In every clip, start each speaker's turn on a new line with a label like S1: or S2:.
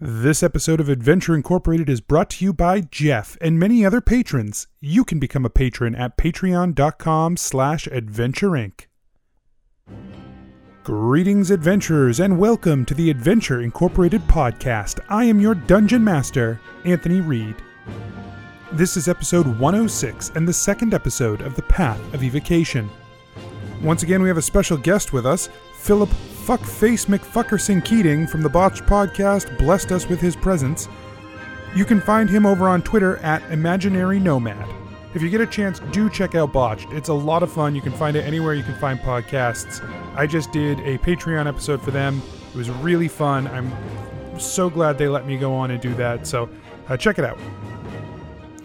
S1: This episode of Adventure Incorporated is brought to you by Jeff and many other patrons. You can become a patron at patreon.com slash adventureinc. Greetings, adventurers, and welcome to the Adventure Incorporated podcast. I am your dungeon master, Anthony Reed. This is episode 106 and the second episode of The Path of Evocation. Once again, we have a special guest with us. Philip Fuckface McFuckerson Keating from the Botched Podcast blessed us with his presence. You can find him over on Twitter at Imaginary Nomad. If you get a chance, do check out Botched. It's a lot of fun. You can find it anywhere you can find podcasts. I just did a Patreon episode for them. It was really fun. I'm so glad they let me go on and do that. So uh, check it out.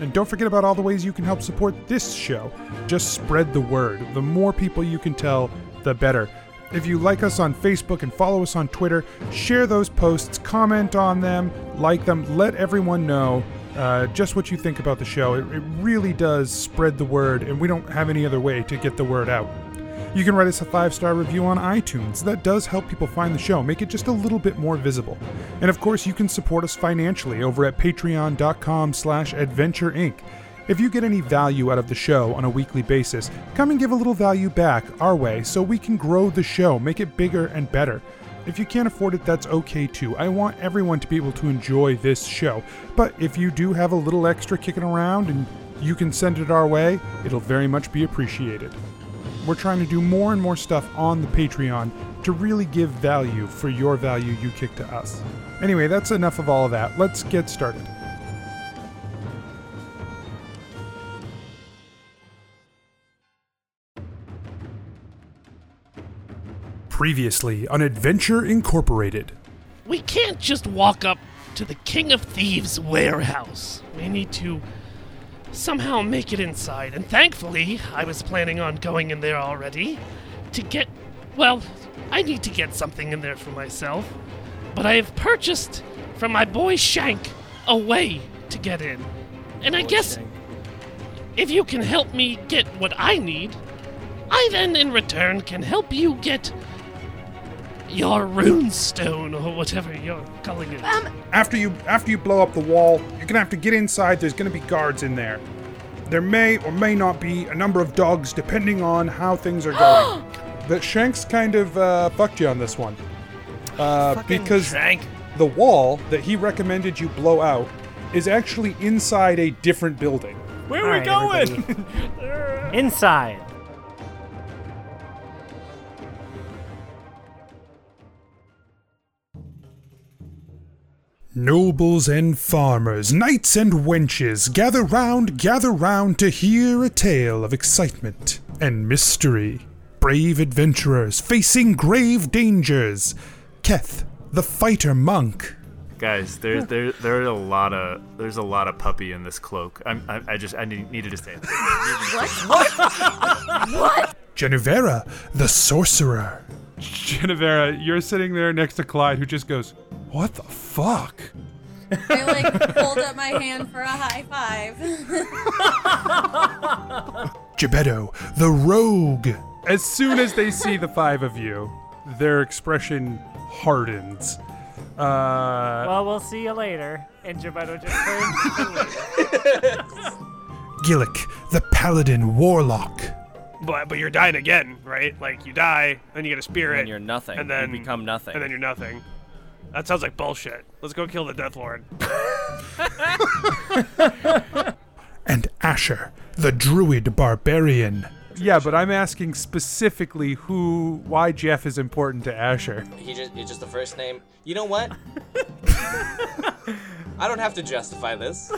S1: And don't forget about all the ways you can help support this show. Just spread the word. The more people you can tell, the better. If you like us on Facebook and follow us on Twitter, share those posts, comment on them, like them, let everyone know uh, just what you think about the show. It, it really does spread the word, and we don't have any other way to get the word out. You can write us a five star review on iTunes. That does help people find the show, make it just a little bit more visible. And of course, you can support us financially over at patreon.com/slash adventure inc. If you get any value out of the show on a weekly basis, come and give a little value back our way so we can grow the show, make it bigger and better. If you can't afford it, that's okay too. I want everyone to be able to enjoy this show. But if you do have a little extra kicking around and you can send it our way, it'll very much be appreciated we're trying to do more and more stuff on the Patreon to really give value for your value you kick to us. Anyway, that's enough of all of that. Let's get started. Previously on Adventure Incorporated.
S2: We can't just walk up to the King of Thieves warehouse. We need to somehow make it inside. And thankfully, I was planning on going in there already to get. Well, I need to get something in there for myself. But I have purchased from my boy Shank a way to get in. And I guess if you can help me get what I need, I then in return can help you get your runestone or whatever you're calling it.
S3: Um,
S1: After you after you blow up the wall, you're gonna have to get inside. There's gonna be guards in there. There may or may not be a number of dogs, depending on how things are going. but Shanks kind of uh, fucked you on this one, uh, because the wall that he recommended you blow out is actually inside a different building.
S4: Where
S5: All
S4: are we
S5: right,
S4: going?
S5: everybody. Inside.
S1: Nobles and farmers, knights and wenches, gather round, gather round to hear a tale of excitement and mystery. Brave adventurers facing grave dangers. Keth, the fighter monk.
S4: Guys, there's there there are a lot of there's a lot of puppy in this cloak. I'm, I I just I need, needed to say it.
S1: Genevera, the sorcerer.
S6: Genevera, you're sitting there next to Clyde, who just goes,
S1: What the fuck?
S7: I like hold up my hand for a high five.
S1: Gebetto, the rogue.
S6: as soon as they see the five of you, their expression hardens. Uh,
S5: Well, we'll see you later. And Gebetto just turns. to leave.
S1: Gillick, the paladin warlock.
S8: But but you're dying again, right? Like you die, then you get a spirit,
S9: and you're nothing.
S8: and then
S9: you become nothing.
S8: and then you're nothing. That sounds like bullshit. Let's go kill the Death Lord.
S1: And Asher, the druid barbarian.
S6: yeah, but I'm asking specifically who, why Jeff is important to Asher.
S10: He just it's just the first name. You know what? I don't have to justify this.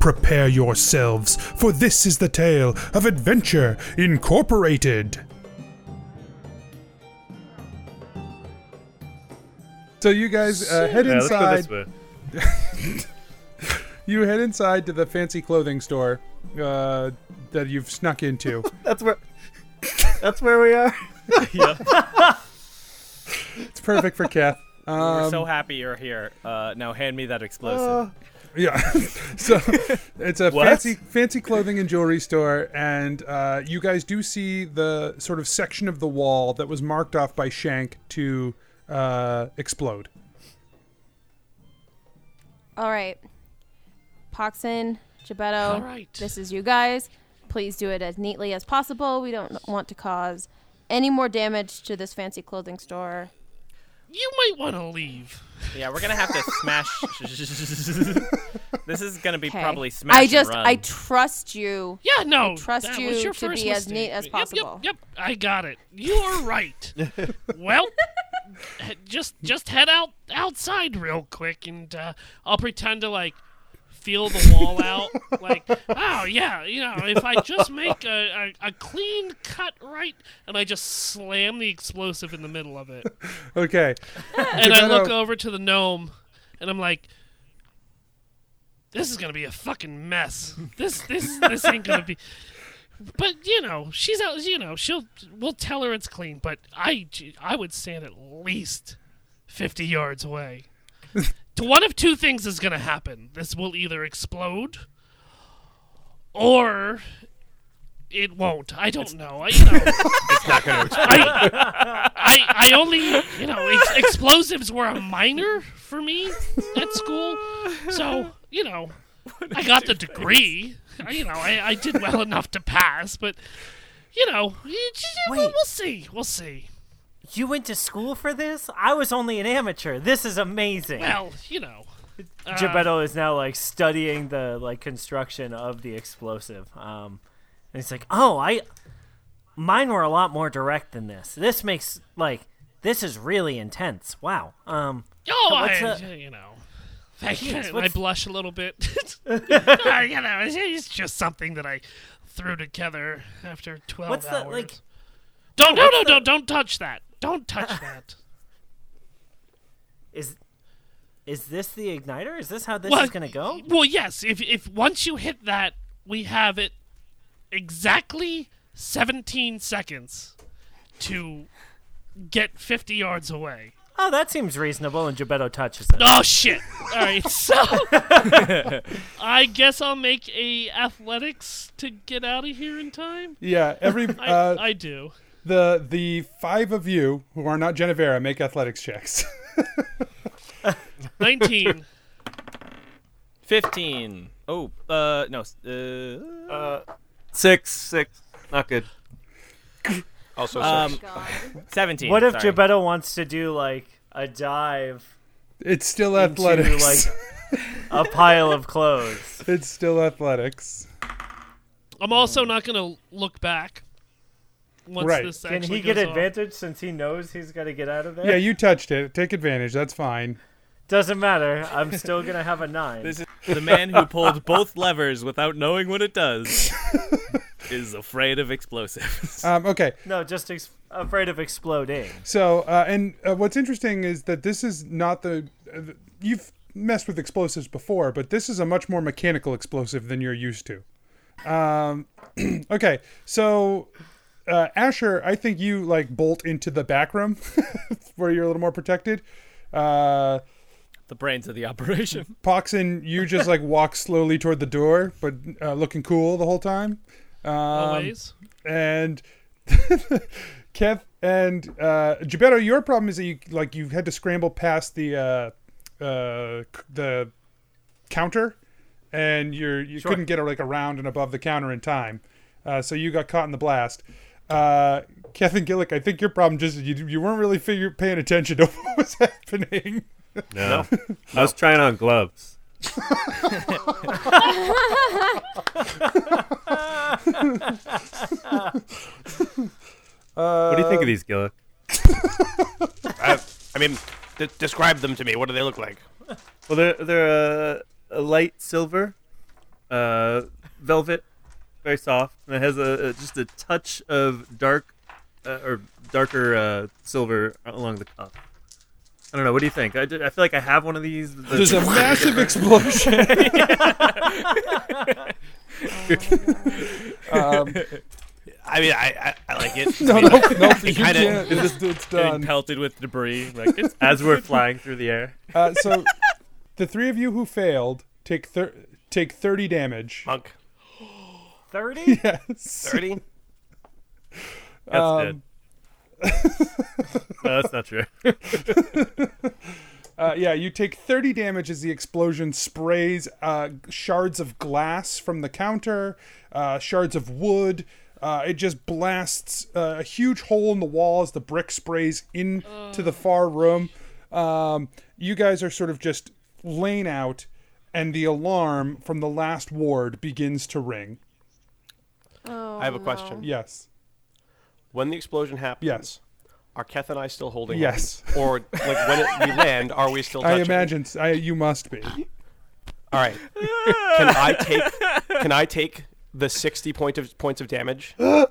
S1: Prepare yourselves, for this is the tale of Adventure Incorporated.
S6: So you guys uh, head
S4: Yeah, let's go
S6: inside.
S4: this way.
S6: You head inside to the fancy clothing store uh, that you've snuck into.
S5: That's where. That's where we are. Um,
S6: it's perfect for Kath. Uh,
S9: We're so happy you're here. Uh, now hand me that
S5: uh,
S9: explosive.
S6: Yeah. so it's a
S4: What?
S6: fancy fancy clothing and jewelry store, and uh, you guys do see the sort of section of the wall that was marked off by Shank to
S1: uh, explode.
S3: All right. Poxin, Gebetto,
S2: All right.
S3: this is you guys. Please do it as neatly as possible. We don't want to cause any more damage to this fancy clothing store.
S2: You might want to leave.
S9: Yeah, we're gonna have to smash. this is gonna be
S3: 'Kay.
S9: probably smash.
S3: I
S9: and
S3: just,
S9: run.
S3: I trust you.
S2: Yeah, no.
S3: trust
S2: that
S3: you
S2: was your
S3: to
S2: first
S3: be as neat
S2: mistake.
S3: as
S2: Yep,
S3: possible.
S2: Yep, yep, I got it. You are right. well, he- just just head out outside real quick, and uh, I'll pretend to like feel the wall out. like, oh yeah, you know, if I just make a, a, a clean cut right, and I just slam the explosive in the middle of it,
S1: Okay.
S2: and I look
S1: Geppetto-
S2: over to the gnome, and I'm like. This is gonna be a fucking mess. This this this ain't gonna be. But you know, she's out. You know, she'll we'll tell her it's clean. But I I would stand at least fifty yards away. To one of two things is gonna happen. This will either explode, or it won't. I don't know. I you know. It's not gonna explode. I, I I only you know ex- explosives were a minor for me at school, so you know I got the degree. I- You know, I, I did well enough to pass, but you know, you just- we'll,
S11: Wait.
S2: we'll see. We'll see.
S11: You went to school for this? I was only an amateur. This is amazing.
S2: Well, you know, uh,
S11: Gebetto is now like studying the like construction of the explosive. Um, and he's like, "Oh, I, mine were a lot more direct than this. This makes like this is really intense. Wow. Um,
S2: oh,
S11: what's
S2: I,
S11: the-
S2: you know, thank you. And
S11: Jeez,
S2: I
S11: what's-
S2: blush a little bit. Uh, you know, it's, it's just something that I threw together after twelve
S11: what's
S2: hours.
S11: the like?
S2: don't no no no don't touch that. Don't touch that.
S11: Is is this the igniter? Is this how this
S2: Well,
S11: is gonna go?
S2: Well, yes. If if once you hit that, we have it exactly 17 seconds to get 50 yards away.
S11: Oh, that seems reasonable. And Gebetto touches it.
S2: Oh shit! All right, so I guess I'll make a athletics to get out of here in time.
S1: Yeah. Every
S2: I,
S1: uh,
S2: I do.
S1: the the five of you who are not Genevera make athletics checks.
S2: 19.
S9: Fifteen. Oh, uh, no. s- Uh,
S12: Six, six. Not good.
S3: Also,
S9: Um, seventeen.
S11: What if
S9: sorry.
S11: Gebetto wants to do like a dive
S1: it's still athletics.
S11: into like a pile of clothes?
S1: it's still athletics.
S2: I'm also not gonna look back. Once
S1: Right.
S2: this
S11: Can
S2: actually
S11: he get
S2: goes off.
S11: advantage since he knows he's got to get out of there?
S1: Yeah, you touched it. Take advantage. That's fine.
S11: Doesn't matter. I'm still gonna have a nine.
S9: This is the man who pulled both levers without knowing what it does is afraid of explosives.
S1: Um, okay.
S11: no, just ex- afraid of exploding.
S1: So, uh, and uh, what's interesting is that this is not the uh, the- you've messed with explosives before, but this is a much more mechanical explosive than you're used to. Um, okay, so uh, Asher, I think you like bolt into the back room where you're a little more protected. Uh,
S9: the brains of the operation.
S1: Poxin, you just like walk slowly toward the door, but uh, looking cool the whole time.
S2: Always.
S11: Um,
S1: and Kev and uh Gebetto, your problem is that you like you had to scramble past the uh uh c- the counter and you're you couldn't get like around and above the counter in time. Uh, so you got caught in the blast. Uh, Kevin Gillick, I think your problem just is you, you weren't really figure, paying attention to what was happening.
S4: No. I was trying on gloves. what do you think of these, Gillick?
S12: I mean, d- describe them to me. What do they look like?
S4: Well, they're they're uh, a light silver, uh, velvet, very soft, and it has a, a just a touch of dark uh, or darker uh, silver along the cuff. I don't know. What do you think? I, did- I feel like I have one of these. The-
S1: There's a massive explosion. um,
S12: I mean, I I, I like it.
S1: no,
S12: I
S1: no,
S12: mean,
S1: no,
S12: kinda-
S1: you can't. It's, just- it's
S9: Getting
S1: done.
S9: pelted with debris. Like it's
S4: as we're flying through the air.
S1: Uh, so the three of you who failed take thir- take 30 damage.
S12: Monk.
S11: Thirty.
S1: Yes.
S12: Thirty.
S4: That's
S1: Um,
S4: good. no, that's not true.
S1: Uh, yeah, you take 30 damage as the explosion sprays uh, shards of glass from the counter, uh, shards of wood. Uh, it just blasts uh, a huge hole in the wall as the brick sprays into the far room. Um, you guys are sort of just laying out, and the alarm from the last ward begins to ring.
S8: I have a question.
S1: Yes.
S8: When the explosion happens,
S1: Yes.
S8: are Keth and I still holding?
S1: Yes.
S8: hands? Or like when it, we land, are we still?
S1: I
S8: Touching?
S1: imagine s- I, you must be.
S8: All right. can I take? Can I take the sixty point of points of damage?
S1: Uh,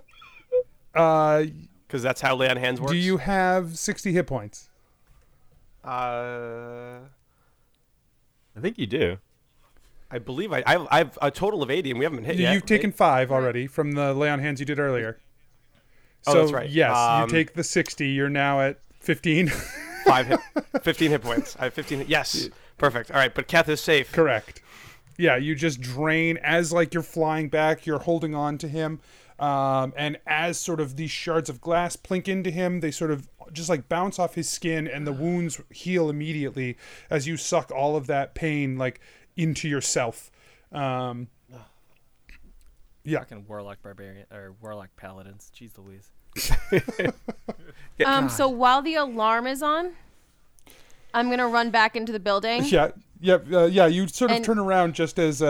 S8: Because that's how lay on hands works.
S1: do you have 60 hit points?
S8: Uh,
S4: I think you do.
S8: I believe I. I have, I have a total of eighty, and we haven't been hit yet.
S1: You've taken five already from the lay on hands you did earlier.
S8: Oh,
S1: so,
S8: that's right.
S1: Yes,
S8: Um,
S1: you take the sixty. You're now at fifteen.
S8: five hit, fifteen hit points. I have fifteen. Yes, perfect. All right, but Keth is safe.
S1: Correct. yeah, you just drain as like you're flying back. You're holding on to him, um, and as sort of these shards of glass plink into him, they sort of just like bounce off his skin, and the wounds heal immediately as you suck all of that pain like into yourself. Um, yeah.
S10: Fucking warlock barbarian or warlock paladins. Jeez Louise.
S3: Um, so while the alarm is on, I'm gonna run back into the building.
S1: Yeah, yeah, uh, yeah. You sort of
S3: And-
S1: turn around just as uh,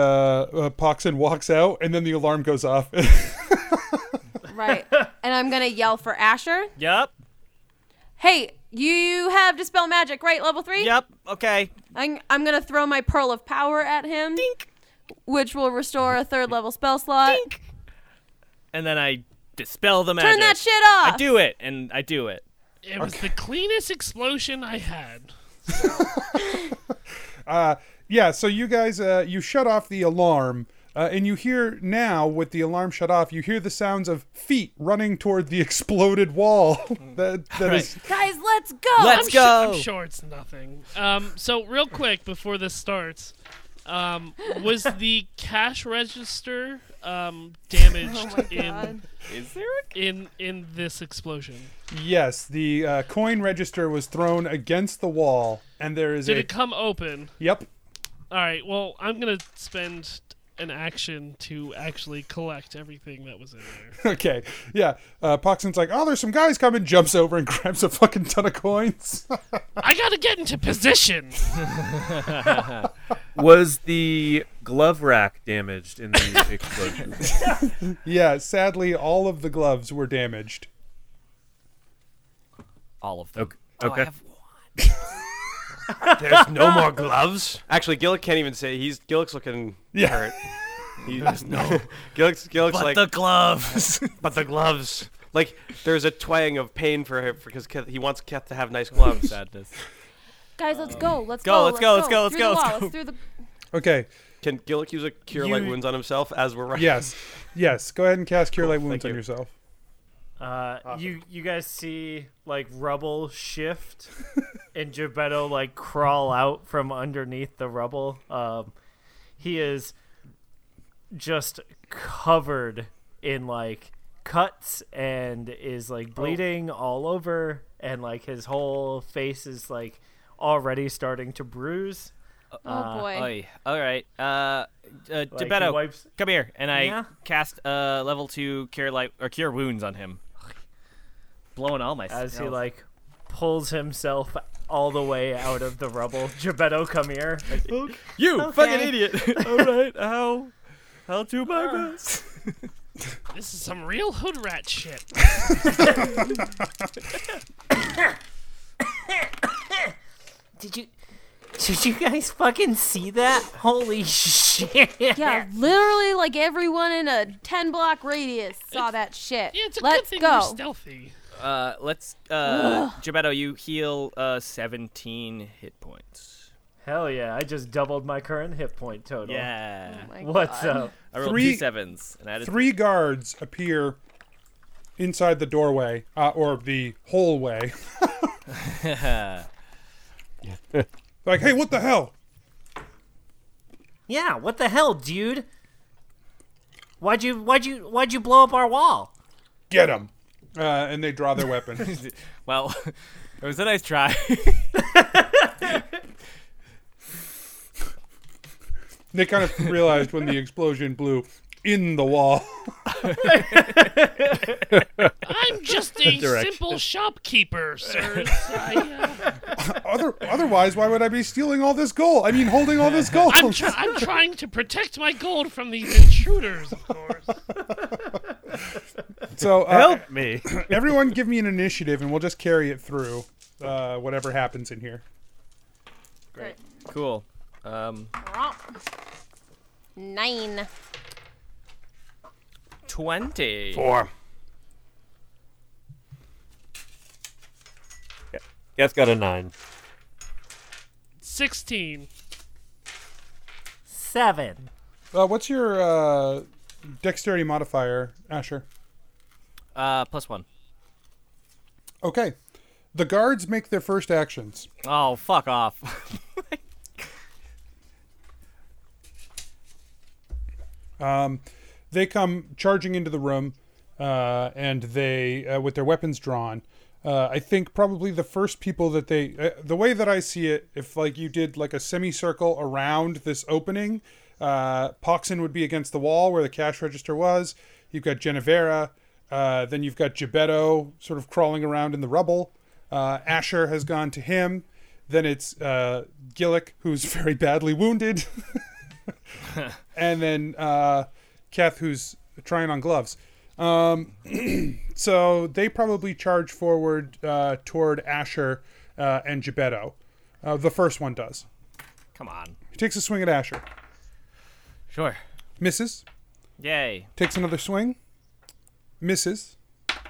S1: uh, Poxon walks out, and then the alarm goes off.
S3: Right. and I'm gonna yell for Asher.
S11: Yep.
S3: Hey, you have dispel magic, right? Level three.
S11: Yep. Okay.
S3: I'm I'm gonna throw my pearl of power at him. Which will restore a third level spell slot.
S10: And then I dispel the magic.
S3: Turn that shit
S10: I
S3: off!
S10: do it, and I do it.
S2: It was the cleanest explosion I had.
S1: uh, yeah. So you guys, uh, you shut off the alarm, uh, and you hear now with the alarm shut off, you hear the sounds of feet running toward the exploded wall. that that is
S3: Guys, let's go.
S2: I'm su- I'm sure it's nothing. Um, so real quick before this starts, um, was the cash register um, damaged
S3: Oh my
S2: in
S3: God.
S10: Is there
S2: in in this explosion?
S1: yes. The uh, coin register was thrown against the wall, and there is
S2: Did
S1: a
S2: it come open?
S1: yep.
S2: All right. Well, I'm gonna spend an action to actually collect everything that was in there.
S1: okay. Yeah. Uh, Poxon's like, oh, there's some guys coming. Jumps over and grabs a fucking ton of coins.
S2: I gotta get into position.
S4: Was the glove rack damaged in the explosion?
S1: yeah, sadly, all of the gloves were damaged.
S10: All of
S4: them.
S8: Oh, I
S4: Okay.
S8: have There's no more gloves. Actually, Gillick can't even say he's Gillick's looking
S1: Yeah.
S8: hurt. He-
S10: There's no-
S8: Gillick's, Gillick's
S10: But
S8: like
S10: the gloves.
S8: but the gloves. Like there's a twang of pain for him because Keth, he wants Keth to have nice gloves. Sadness.
S3: Guys, let's go. Let's
S8: Go,
S3: go.
S8: let's go, let's go, let's
S3: Through
S8: go,
S3: the
S8: let's
S3: wall,
S8: go.
S3: Through the
S1: Okay.
S8: Can Gillick use a cure light
S1: You-
S8: wounds on himself as we're running?
S1: Yes. Yes. Go ahead and cast Cure Light Wounds on yourself.
S11: Uh, You you guys see like rubble shift, and Gebetto like crawl out from underneath the rubble. Um, he is just covered in like cuts and is like bleeding all over, and like his whole face is like already starting to bruise.
S8: Uh,
S3: oh,
S10: Oy. All right. Uh, uh
S11: he
S10: Gebetto,
S11: wipes-
S10: come here, and I
S11: Yeah?
S10: cast uh level two cure light or cure wounds on him, blowing all my.
S11: as he
S10: spells.
S11: like pulls himself all the way out of the rubble. Gebetto, come here. Like,
S10: You
S11: Okay.
S10: fucking idiot! all right, how how to my best.
S2: This is some real hood rat shit.
S11: Did you did you guys fucking see that? Holy shit!
S3: Yeah, literally like everyone in a ten block radius saw that shit.
S2: Yeah, it's a
S3: let's
S2: good thing
S3: go.
S2: you're stealthy.
S10: Uh, let's uh, Gebetto, you heal uh seventeen hit points.
S11: Hell yeah! I just doubled my current hit point total.
S10: Yeah. Oh my
S11: What's
S10: God.
S11: up?
S10: I rolled
S1: Three-
S10: two sevens and added
S1: Three guards appear inside the doorway, uh, or the hallway. like, hey, what the hell?
S11: Yeah. What the hell, dude? Why'd you why'd you why'd you blow up our wall?
S1: Get him. Uh, and they draw their weapon.
S13: well, it was a nice try.
S1: they kind of realized when the explosion blew in the wall.
S2: I'm just a simple shopkeeper, sirs. I, uh,
S1: Other, otherwise, why would I be stealing all this gold? I mean, holding all this gold.
S2: am trying to protect my gold from these intruders, of course.
S1: So uh,
S4: Help me.
S1: everyone, give me an initiative, and we'll just carry it through. Uh, whatever happens in here.
S3: Great.
S10: Cool. Um,
S3: Nine.
S10: 20.
S4: Geth got a nine.
S2: 16.
S11: Seven.
S1: Uh, what's your uh, dexterity modifier, Asher?
S10: Uh, plus one.
S1: Okay. The guards make their first actions.
S10: Oh, fuck off.
S1: Um, they come charging into the room, uh, and they, uh, with their weapons drawn, uh, I think probably the first people that they, uh, the way that I see it, if like you did like a semicircle around this opening, uh, Poxon would be against the wall where the cash register was. You've got Genevera, uh, then you've got Gebetto sort of crawling around in the rubble. Uh, Asher has gone to him. Then it's uh, Gillick, who's very badly wounded. and then uh, Kath, who's trying on gloves. Um, so they probably charge forward uh, toward Asher uh, and Gebetto. Uh, the first one does.
S10: Come on.
S1: He takes a swing at Asher.
S10: Sure.
S1: Misses.
S10: Yay.
S1: Takes another swing. Misses.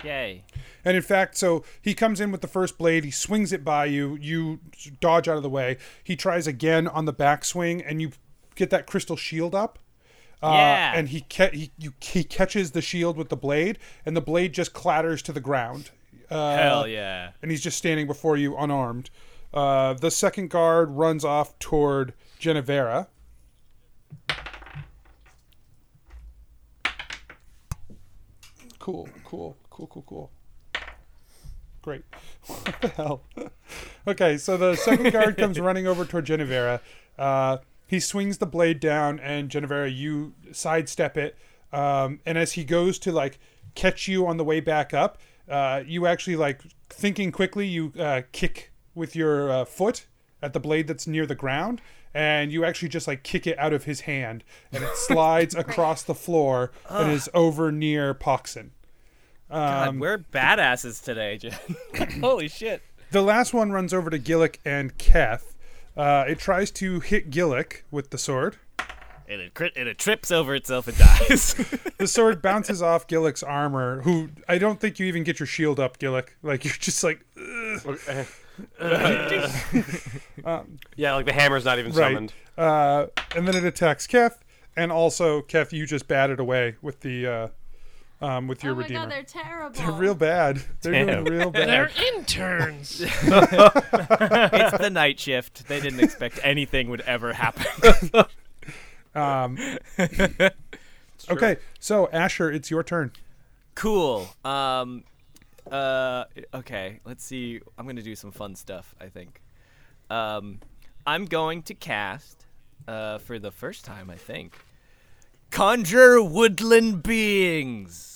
S10: Yay.
S1: And in fact, so he comes in with the first blade, he swings it by you, you dodge out of the way. He tries again on the backswing, and you get that crystal shield up. Uh,
S10: Yeah.
S1: And he, ca- he, you, he catches the shield with the blade, and the blade just clatters to the ground. Uh,
S10: Hell yeah.
S1: And he's just standing before you unarmed. Uh, the second guard runs off toward Genevera. Cool, cool, cool, cool, cool. Great. What the hell? okay, so the second guard comes running over toward Genevera. Uh, he swings the blade down, and Genevera, you sidestep it. Um, and as he goes to like catch you on the way back up, uh, you actually like thinking quickly, you uh, kick with your uh, foot at the blade that's near the ground, and you actually just like kick it out of his hand, and it slides across the floor and is over near Poxon.
S9: God,
S1: Um,
S9: we're badasses today, Jen. Holy shit.
S1: The last one runs over to Gillick and Keth. Uh, it tries to hit Gillick with the sword.
S9: And it, crit- and it trips over itself and dies.
S1: The sword bounces off Gillick's armor, who I don't think you even get your shield up, Gillick. Like, you're just like. "Ugh." Um,
S8: yeah, like the hammer's not even summoned.
S1: Uh, and then it attacks Keth, and also, Keth, you just batted away with the. Uh, um, with your
S7: oh my
S1: redeemer.
S7: god, they're terrible.
S1: They're real bad. They're
S10: Damn.
S1: doing real bad.
S2: They're interns.
S10: it's the night shift. They didn't expect anything would ever happen.
S1: Um, okay, so Asher, it's your turn.
S10: cool. Um, uh, okay, let's see. I'm gonna do some fun stuff. I think. Um, I'm going to cast, uh, for the first time, I think, conjure woodland beings.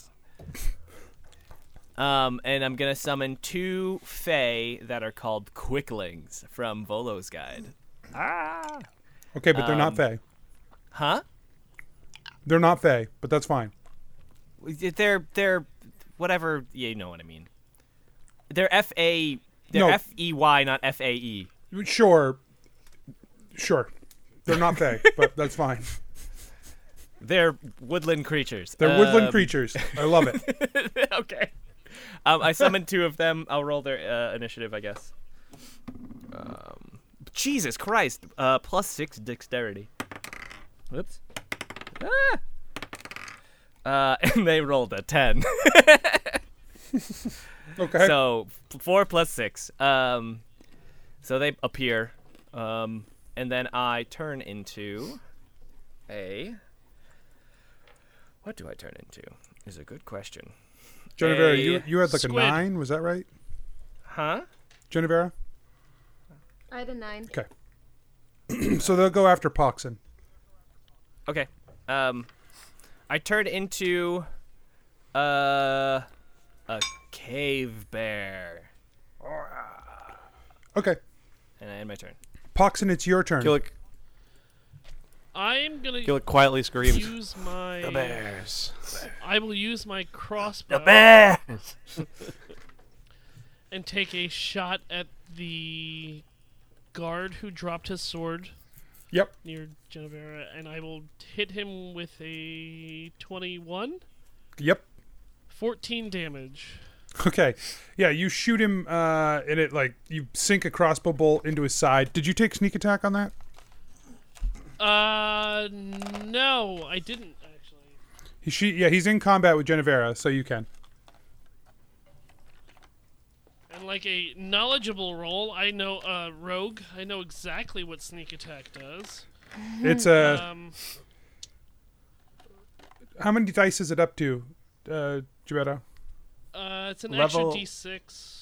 S10: Um, and I'm gonna summon two Fey that are called Quicklings from Volo's Guide. Ah.
S1: Okay, but they're not Fae.
S10: Um, Huh?
S1: They're not Fae, but that's fine.
S10: They're they're whatever. Yeah, you know what I mean. They're F A.
S1: No.
S10: They're F E Y, not F A E.
S1: Sure. Sure. They're not Fae, but that's fine.
S10: They're woodland creatures.
S1: They're woodland
S10: Um,
S1: creatures. I love it.
S10: okay. Um, I summoned two of them. I'll roll their uh, initiative, I guess. Um, Jesus Christ! Uh, plus six dexterity. Whoops. Ah! Uh, and they rolled a ten.
S1: okay.
S10: So f- four plus six. Um, so they appear, um, and then I turn into a. What do I turn into? Is a good question.
S1: Genevera, you,
S10: a
S1: you had like
S10: squid.
S1: a nine, was that right?
S4: Huh?
S1: Genevera?
S3: I had a nine.
S1: Okay. so they'll go after Poxon.
S10: Okay. Um, I turn into uh, a cave bear,
S1: Okay.
S10: and I end my turn.
S1: Poxon, it's your turn.
S8: Gillick,
S2: I'm gonna
S8: Gillick quietly screams.
S2: use my
S8: The bears.
S2: I will use my crossbow.
S8: bears.
S2: and take a shot at the guard who dropped his sword.
S1: Yep.
S2: Near Genevera, and I will hit him with a 21,
S1: Yep.
S2: 14 damage.
S1: Okay. Yeah, you shoot him, uh, and it like you sink a crossbow bolt into his side. Did you take sneak attack on that?
S2: Uh, no, I didn't.
S1: He, she, yeah, he's in combat with Genevera, so you can.
S2: And like a knowledgeable role, I know uh, rogue. I know exactly what sneak attack does.
S1: It's a-
S2: um,
S1: How many dice is it up to, uh, Gebetto?
S2: uh, it's an
S11: Level-
S2: extra d6.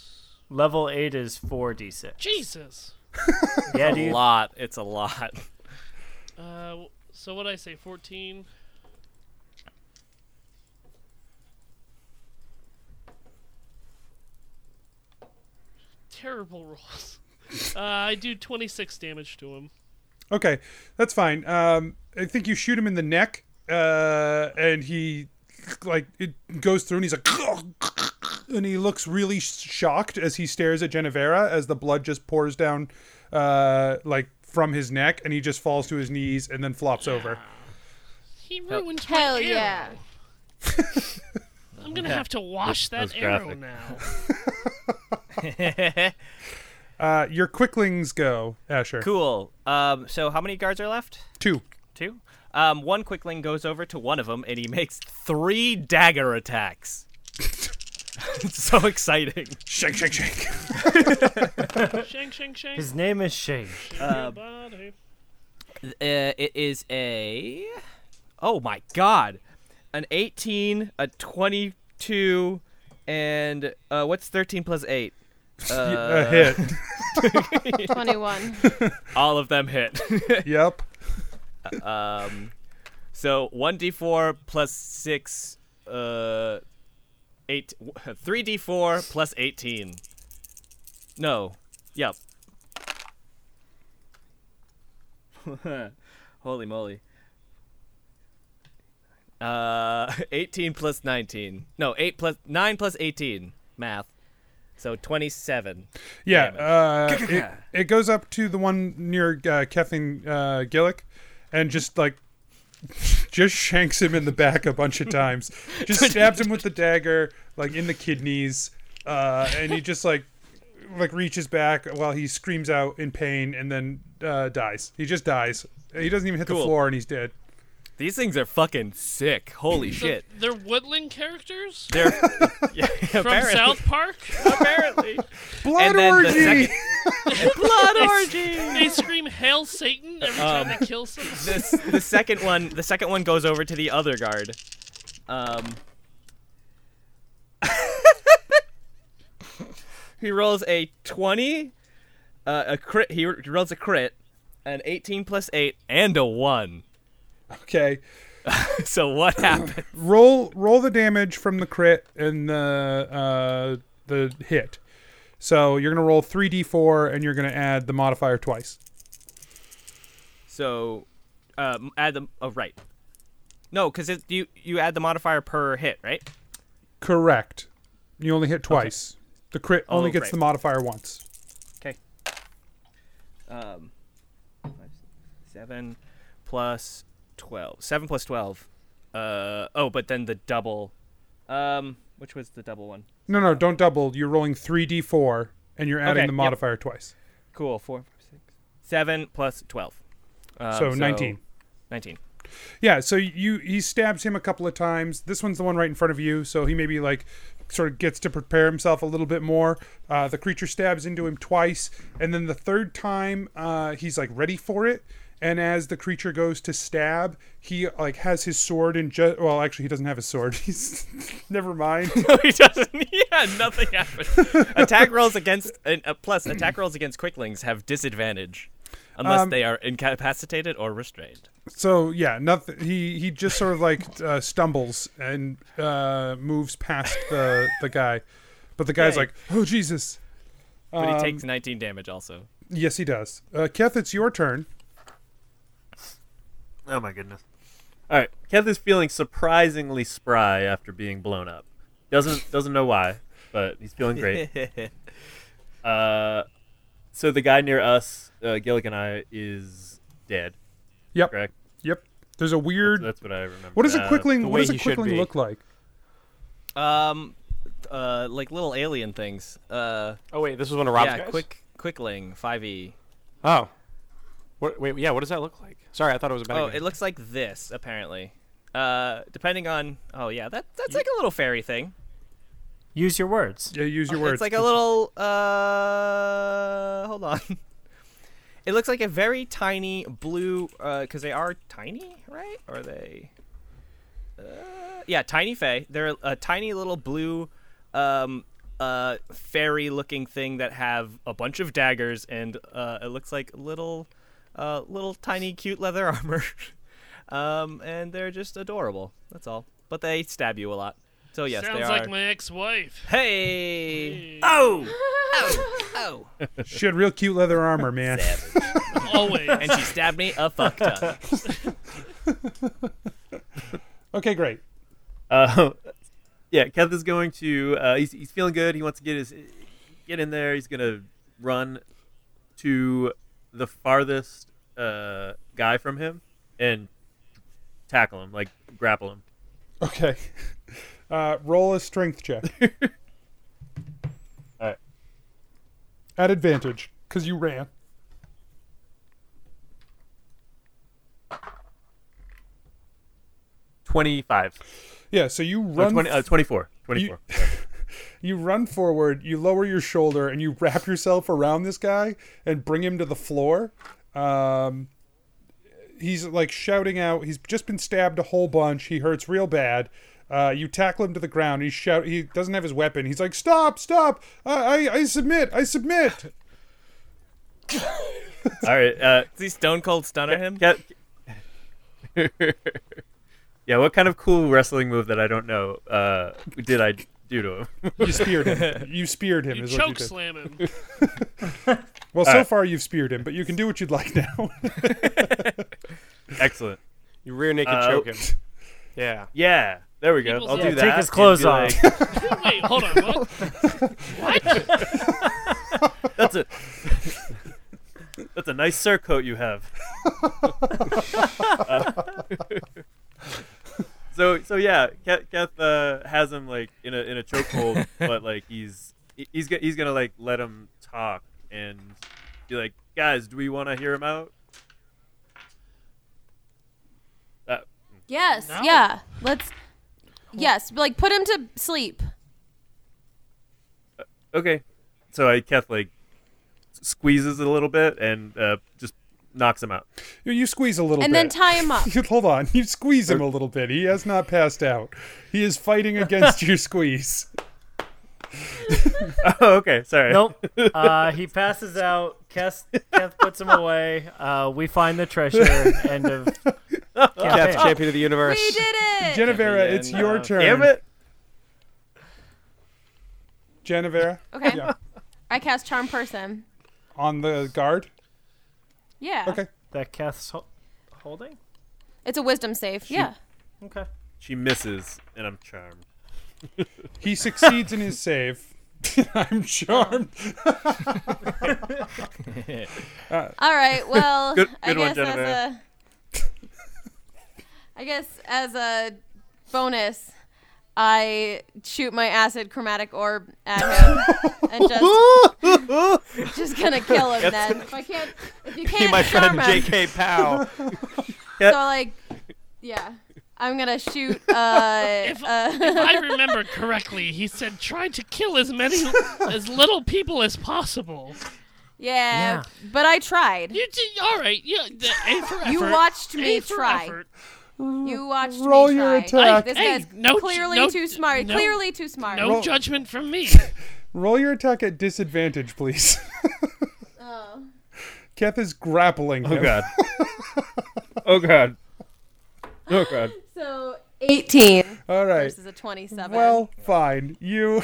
S11: Level eight is four d six.
S2: Jesus.
S11: Yeah,
S10: It's a
S11: dude.
S10: lot. It's a lot.
S2: Uh, w- so what I say, 14? Terrible rolls. uh, I do 26 damage to him.
S1: Okay, that's fine. Um, I think you shoot him in the neck, uh, and he like it goes through, and he's like, and he looks really shocked as he stares at Genevera as the blood just pours down, uh, like from his neck, and he just falls to his knees and then flops over.
S2: He ruined
S3: Hell
S2: my arrow.
S3: yeah.
S2: I'm gonna have to wash that,
S1: That was
S2: arrow
S1: graphic.
S2: now.
S1: Uh, your quicklings go, Asher.
S10: Cool. Um, so how many guards are left?
S1: Two.
S10: Two. Um, one quickling goes over to one of them, and he makes three dagger attacks. it's so exciting.
S1: Shake, shake, shake.
S2: shank, shank, shank.
S11: His name is Shane.
S10: Um,
S2: Body.
S10: Uh, it is a. Oh my god. An 18, a 22, and uh, what's 13 plus Uh, 8?
S1: a hit.
S3: 21.
S10: All of them hit.
S1: yep.
S10: Um, so 1d4 plus 6, uh, 8, 3d4 plus 18. No. Yep. Holy moly. Uh, 18 plus 19. No, 8 plus 9 plus 18. Math. So 27.
S1: Yeah, uh, it, it goes up to the one near uh, Kevin uh, Gillick, and just like just shanks him in the back a bunch of times. Just stabs him with the dagger, like in the kidneys, uh, and he just like like reaches back while he screams out in pain, and then uh, dies. He just dies. He doesn't even hit the
S10: Cool.
S1: floor, and he's dead.
S10: These things are fucking sick. Holy shit.
S2: They're woodland characters?
S10: They're
S2: From South Park?
S10: apparently.
S1: Blood
S10: And then the orgy!
S2: Blood
S10: orgy!
S2: They scream "Hail Satan" every time
S10: Um,
S2: they kill someone.
S10: this the second one the second one goes over to the other guard. Um He rolls a 20 uh, a crit he r- rolls a crit an 18 plus 8 and a 1.
S1: Okay.
S10: so what happened?
S1: roll roll the damage from the crit and the uh, the hit. So you're gonna roll three d4 and you're gonna add the modifier twice.
S10: So um, add the oh right. No, cuz you you add the modifier per hit, right?
S1: Correct. You only hit twice. The crit only
S10: Oh,
S1: gets
S10: right.
S1: the modifier once.
S10: Okay. Um, five, seven plus twelve. Seven plus twelve. Uh oh, but then the double. Um, which was the double one?
S1: No, no, don't double. You're rolling three d4 and you're adding
S10: Okay,
S1: the
S10: yep.
S1: modifier twice.
S10: Cool. Four, five, six, seven plus twelve. Um,
S1: So 19.
S10: Nineteen.
S1: Yeah, so you he stabs him a couple of times. This one's the one right in front of you, so he maybe like sort of gets to prepare himself a little bit more. Uh, the creature stabs into him twice, and then the third time uh, he's like ready for it. And as the creature goes to stab, he like has his sword and ju- well, actually he doesn't have his sword. He's never mind.
S9: no, he doesn't. Yeah, nothing happened. attack rolls against uh, uh, plus attack rolls against quicklings have disadvantage unless
S1: Um,
S9: they are incapacitated or restrained.
S1: So yeah, nothing. He he just sort of like uh, stumbles and uh, moves past the the guy, but the guy's
S9: Yay.
S1: like, "Oh Jesus!"
S9: But
S1: Um,
S9: he takes 19 damage also.
S1: Yes, he does. Uh, Keth, it's your turn.
S4: Oh my goodness. All right, Kev is feeling surprisingly spry after being blown up. Doesn't doesn't know why, but he's feeling great. uh, so the guy near us, uh, Gillick and I, is dead.
S1: Yep.
S4: Correct.
S1: Yep. There's a weird.
S4: That's, what I remember.
S1: What does a
S4: Uh,
S1: quickling?
S4: the
S1: What
S4: way
S1: does a
S4: he should
S1: quickling
S4: be.
S1: look like?
S10: Um, uh, like little alien things. Uh.
S8: Oh wait, this was one of Rob's
S10: yeah,
S8: guys?
S10: quick, quickling, five e.
S8: Oh. What, wait, yeah, what does that look like? Sorry, I thought it was a
S10: Oh,
S8: bad
S10: it looks like this apparently. Uh, depending on. Oh yeah, that that's like a little fairy thing.
S11: Use your words.
S1: Yeah, use your
S10: It's like a little. Uh, hold on. It looks like a very tiny blue. Uh, because they are tiny, right? Are they? Uh, yeah, tiny fae. They're a tiny little blue, um, uh, fairy-looking thing that have a bunch of daggers, and uh, it looks like little, uh, little tiny cute leather armor. um, and they're just adorable. That's all. But they stab you a lot. So yes,
S2: Sounds
S10: they are.
S2: like my ex-wife.
S10: Hey! Oh! Oh! Oh!
S1: she had real cute leather armor, man.
S2: Always.
S10: And she stabbed me a fuck ton.
S1: okay, great.
S4: Uh, yeah, Kev is going to. Uh, he's, he's feeling good. He wants to get his get in there. He's gonna run to the farthest uh, guy from him and tackle him, like grapple him.
S1: Okay. Uh, roll a strength check.
S4: All right.
S1: At advantage, because you ran.
S4: Twenty-five.
S1: Yeah, so you
S4: No,
S1: run.
S4: 20 uh, 24,
S1: you-
S4: 24.
S1: You, run forward, you lower your shoulder, and you wrap yourself around this guy and bring him to the floor. Um, he's like shouting out. He's just been stabbed a whole bunch. He hurts real bad. Uh, you tackle him to the ground. He shout. He doesn't have his weapon. He's like, "Stop! Stop! I, I, I submit! I submit!"
S4: All right. Uh,
S9: Is he stone cold stunner him?
S4: yeah. What kind of cool wrestling move that I don't know uh, did I do to him?
S1: You speared him. You speared him.
S2: You
S1: is what you
S2: choke
S1: did.
S2: slam him.
S1: Well, so
S4: Alright.
S1: far you've speared him, but you can do what you'd like now.
S4: Excellent.
S8: You rear naked
S4: Uh,
S8: choke him. Yeah.
S4: Yeah. There we go.
S8: People's
S4: I'll
S8: Yeah,
S4: do
S8: take
S4: that.
S8: his
S4: and
S8: clothes
S4: be
S8: off.
S4: like-
S2: Wait, hold on. What? What?
S4: That's a that's a nice surcoat you have. Uh, so so yeah, Keth, Keth uh, has him like in a in a chokehold, but like he's he- he's go- he's gonna like let him talk and be like, guys, do we want to hear him out? Uh,
S3: Yes. Yeah. Let's. Yes. Like put him to sleep.
S4: okay. So I Keth like squeezes it a little bit and uh, just knocks him out.
S1: You, you squeeze a little
S3: And
S1: bit.
S3: then tie him up.
S1: You- Hold on. You squeeze him a little bit. He has not passed out. He is fighting against your squeeze.
S4: oh, okay. Sorry.
S11: Nope. Uh, he passes out. Keth, Keth puts him away. Uh, we find the treasure. End of. campaign.
S8: champion of the universe.
S3: We did it.
S1: Genevera, it's your
S11: uh,
S1: turn.
S11: damn
S4: it.
S1: Genevera.
S3: Okay.
S1: Yeah.
S3: I cast charm person.
S1: On the guard.
S3: Yeah.
S1: Okay.
S11: That Keth's ho- holding.
S3: It's a wisdom save. yeah.
S11: Okay.
S4: She misses, and I'm charmed.
S1: He succeeds in his save. I'm charmed. Uh,
S3: All right. Well,
S1: Good-
S3: I
S1: good one,
S3: guess as a. I guess as a bonus, I shoot my acid chromatic orb at him and just just gonna kill him.
S8: Yes.
S3: Then if I can't, if you
S8: Be
S3: can't
S8: my friend
S3: charm him,
S8: JK Pow.
S3: so like Yeah. I'm gonna shoot. Uh,
S2: if,
S3: uh,
S2: if I remember correctly, he said try to kill as many, as little people as possible.
S3: yeah, but I tried.
S2: You did all right. Yeah, the A for
S3: You
S2: effort,
S3: watched
S2: A
S3: me
S2: for
S3: try.
S2: effort.
S3: You watched
S2: Roll
S3: me
S2: your
S3: try.
S2: attack.
S3: This
S2: Hey,
S3: guy's
S2: no ju-
S3: clearly
S2: no-
S3: too smart.
S2: no-
S3: clearly too smart.
S2: No judgment from me.
S1: Roll your attack at disadvantage, please.
S3: Oh.
S1: Keth is grappling.
S4: Oh,
S1: him.
S4: God. Oh god. Oh god.
S3: So 18.
S1: All right.
S3: Versus a 27.
S1: Well, fine. You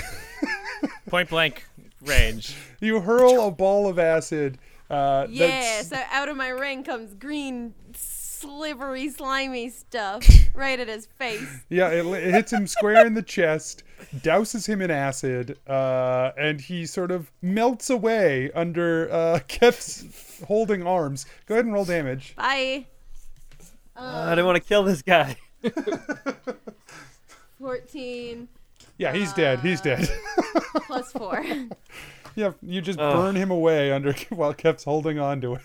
S13: Point blank range.
S1: you hurl a ball of acid. Uh,
S3: yeah.
S1: that's-
S3: So out of my ring comes green, slivery, slimy stuff right at his face.
S1: yeah, it, it hits him square in the chest, douses him in acid, uh, and he sort of melts away under uh, Keth's holding arms. Go ahead and roll damage.
S3: Bye.
S4: I don't want to kill this guy.
S3: 14
S1: Yeah, he's dead. He's dead.
S3: plus 4.
S1: yeah, you just
S4: Ugh.
S1: burn him away under while Keth's holding on to him.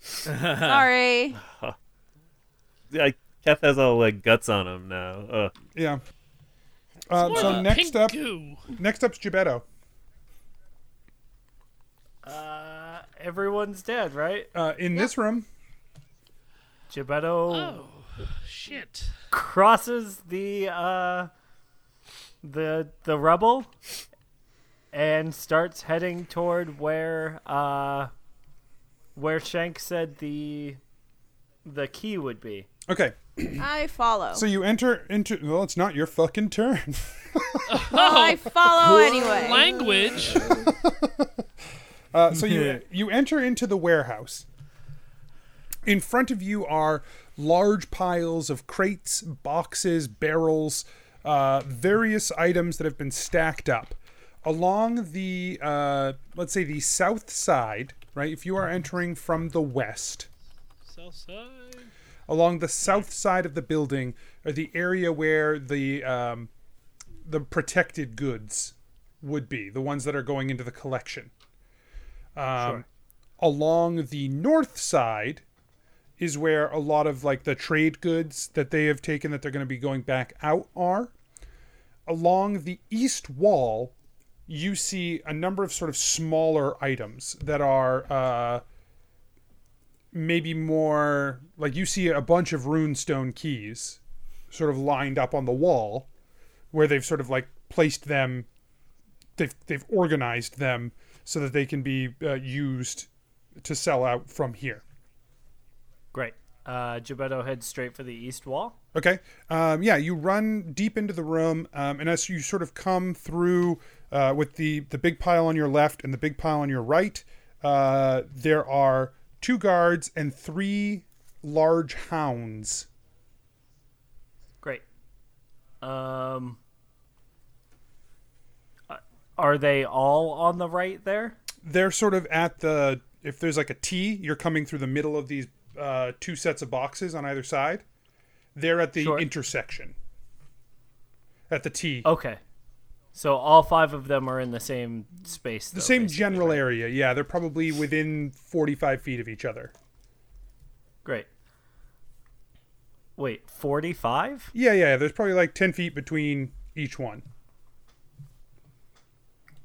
S3: Sorry.
S4: Yeah, Keth has all like guts on him now. Ugh.
S1: Yeah. Um,
S2: more
S1: so
S2: like
S1: next
S2: pink
S1: up,
S2: goo.
S1: next up's Gebetto.
S11: Uh, everyone's dead, right?
S1: Uh, in this room,
S2: Oh.
S11: Gebetto
S2: Shit.
S11: crosses the uh, the the rubble and starts heading toward where uh, where Shank said the the key would be.
S1: Okay,
S3: I follow.
S1: so you enter into. Well, it's not your fucking turn.
S3: Well, I follow anyway.
S2: Language.
S1: Uh, so you you enter into the warehouse. In front of you are large piles of crates, boxes, barrels, uh, various items that have been stacked up. Along the uh, let's say the south side, right? If you are entering from the west,
S2: South side.
S1: along the south side of the building or the area where the um, the protected goods would be the ones that are going into the collection um, along the north side is where a lot of like the trade goods that they have taken that they're going to be going back out are along the east wall you see a number of sort of smaller items that are uh, maybe more like you see a bunch of runestone keys sort of lined up on the wall where they've sort of like placed them they've they've organized them so that they can be uh, used to sell out from here
S11: Great. Uh, Gebetto heads straight for the east wall.
S1: Okay. Um, yeah, you run deep into the room, um, and as you sort of come through uh, with the the big pile on your left and the big pile on your right, uh, there are two guards and three large hounds.
S11: Great. Um, uh, are they all on the right there?
S1: They're sort of at the if there's like a T, you're coming through the middle of these uh, two sets of boxes on either side. They're at the intersection. At the T.
S11: Okay. So all five of them are in the same space.
S1: The
S11: though,
S1: same
S11: basically.
S1: general area, yeah. They're probably within 45 feet of each other.
S11: Great. Wait, 45?
S1: Yeah, yeah. There's probably like ten feet between each one.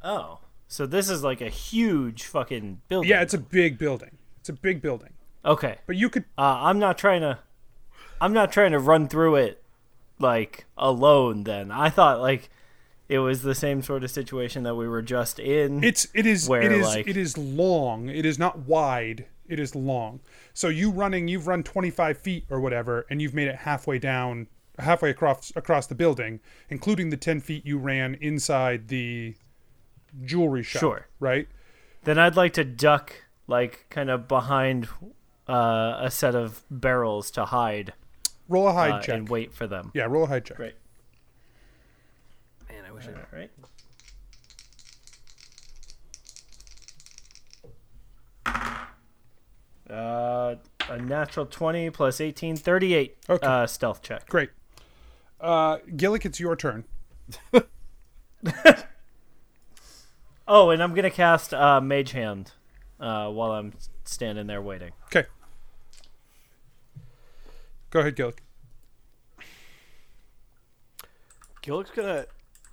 S11: Oh. So this is like a huge fucking building.
S1: Yeah, it's a big building. It's a big building.
S11: Okay.
S1: But you could
S11: uh, I'm not trying to I'm not trying to run through it like alone then. I thought like it was the same sort of situation that we were just in.
S1: It's it is
S11: where
S1: it is
S11: like
S1: it is long. It is not wide. It is long. So you running, you've run 25 feet or whatever, and you've made it halfway down, halfway across across the building, including the 10 feet you ran inside the jewelry shop.
S11: Sure.
S1: Right.
S11: Then I'd like to duck like kind of behind uh, a set of barrels to hide.
S1: Roll a hide
S11: uh,
S1: check.
S11: and wait for them.
S1: Yeah, roll a hide check.
S11: Great.
S13: Man, I wish
S11: I right. Uh, a natural 20 plus 18, 38 uh, stealth check.
S1: Great. Uh, Gillick, it's your turn.
S11: Oh, and I'm going to cast uh, Mage Hand uh, while I'm standing there waiting.
S1: Okay. Go ahead, Gillick.
S8: Gillick's gonna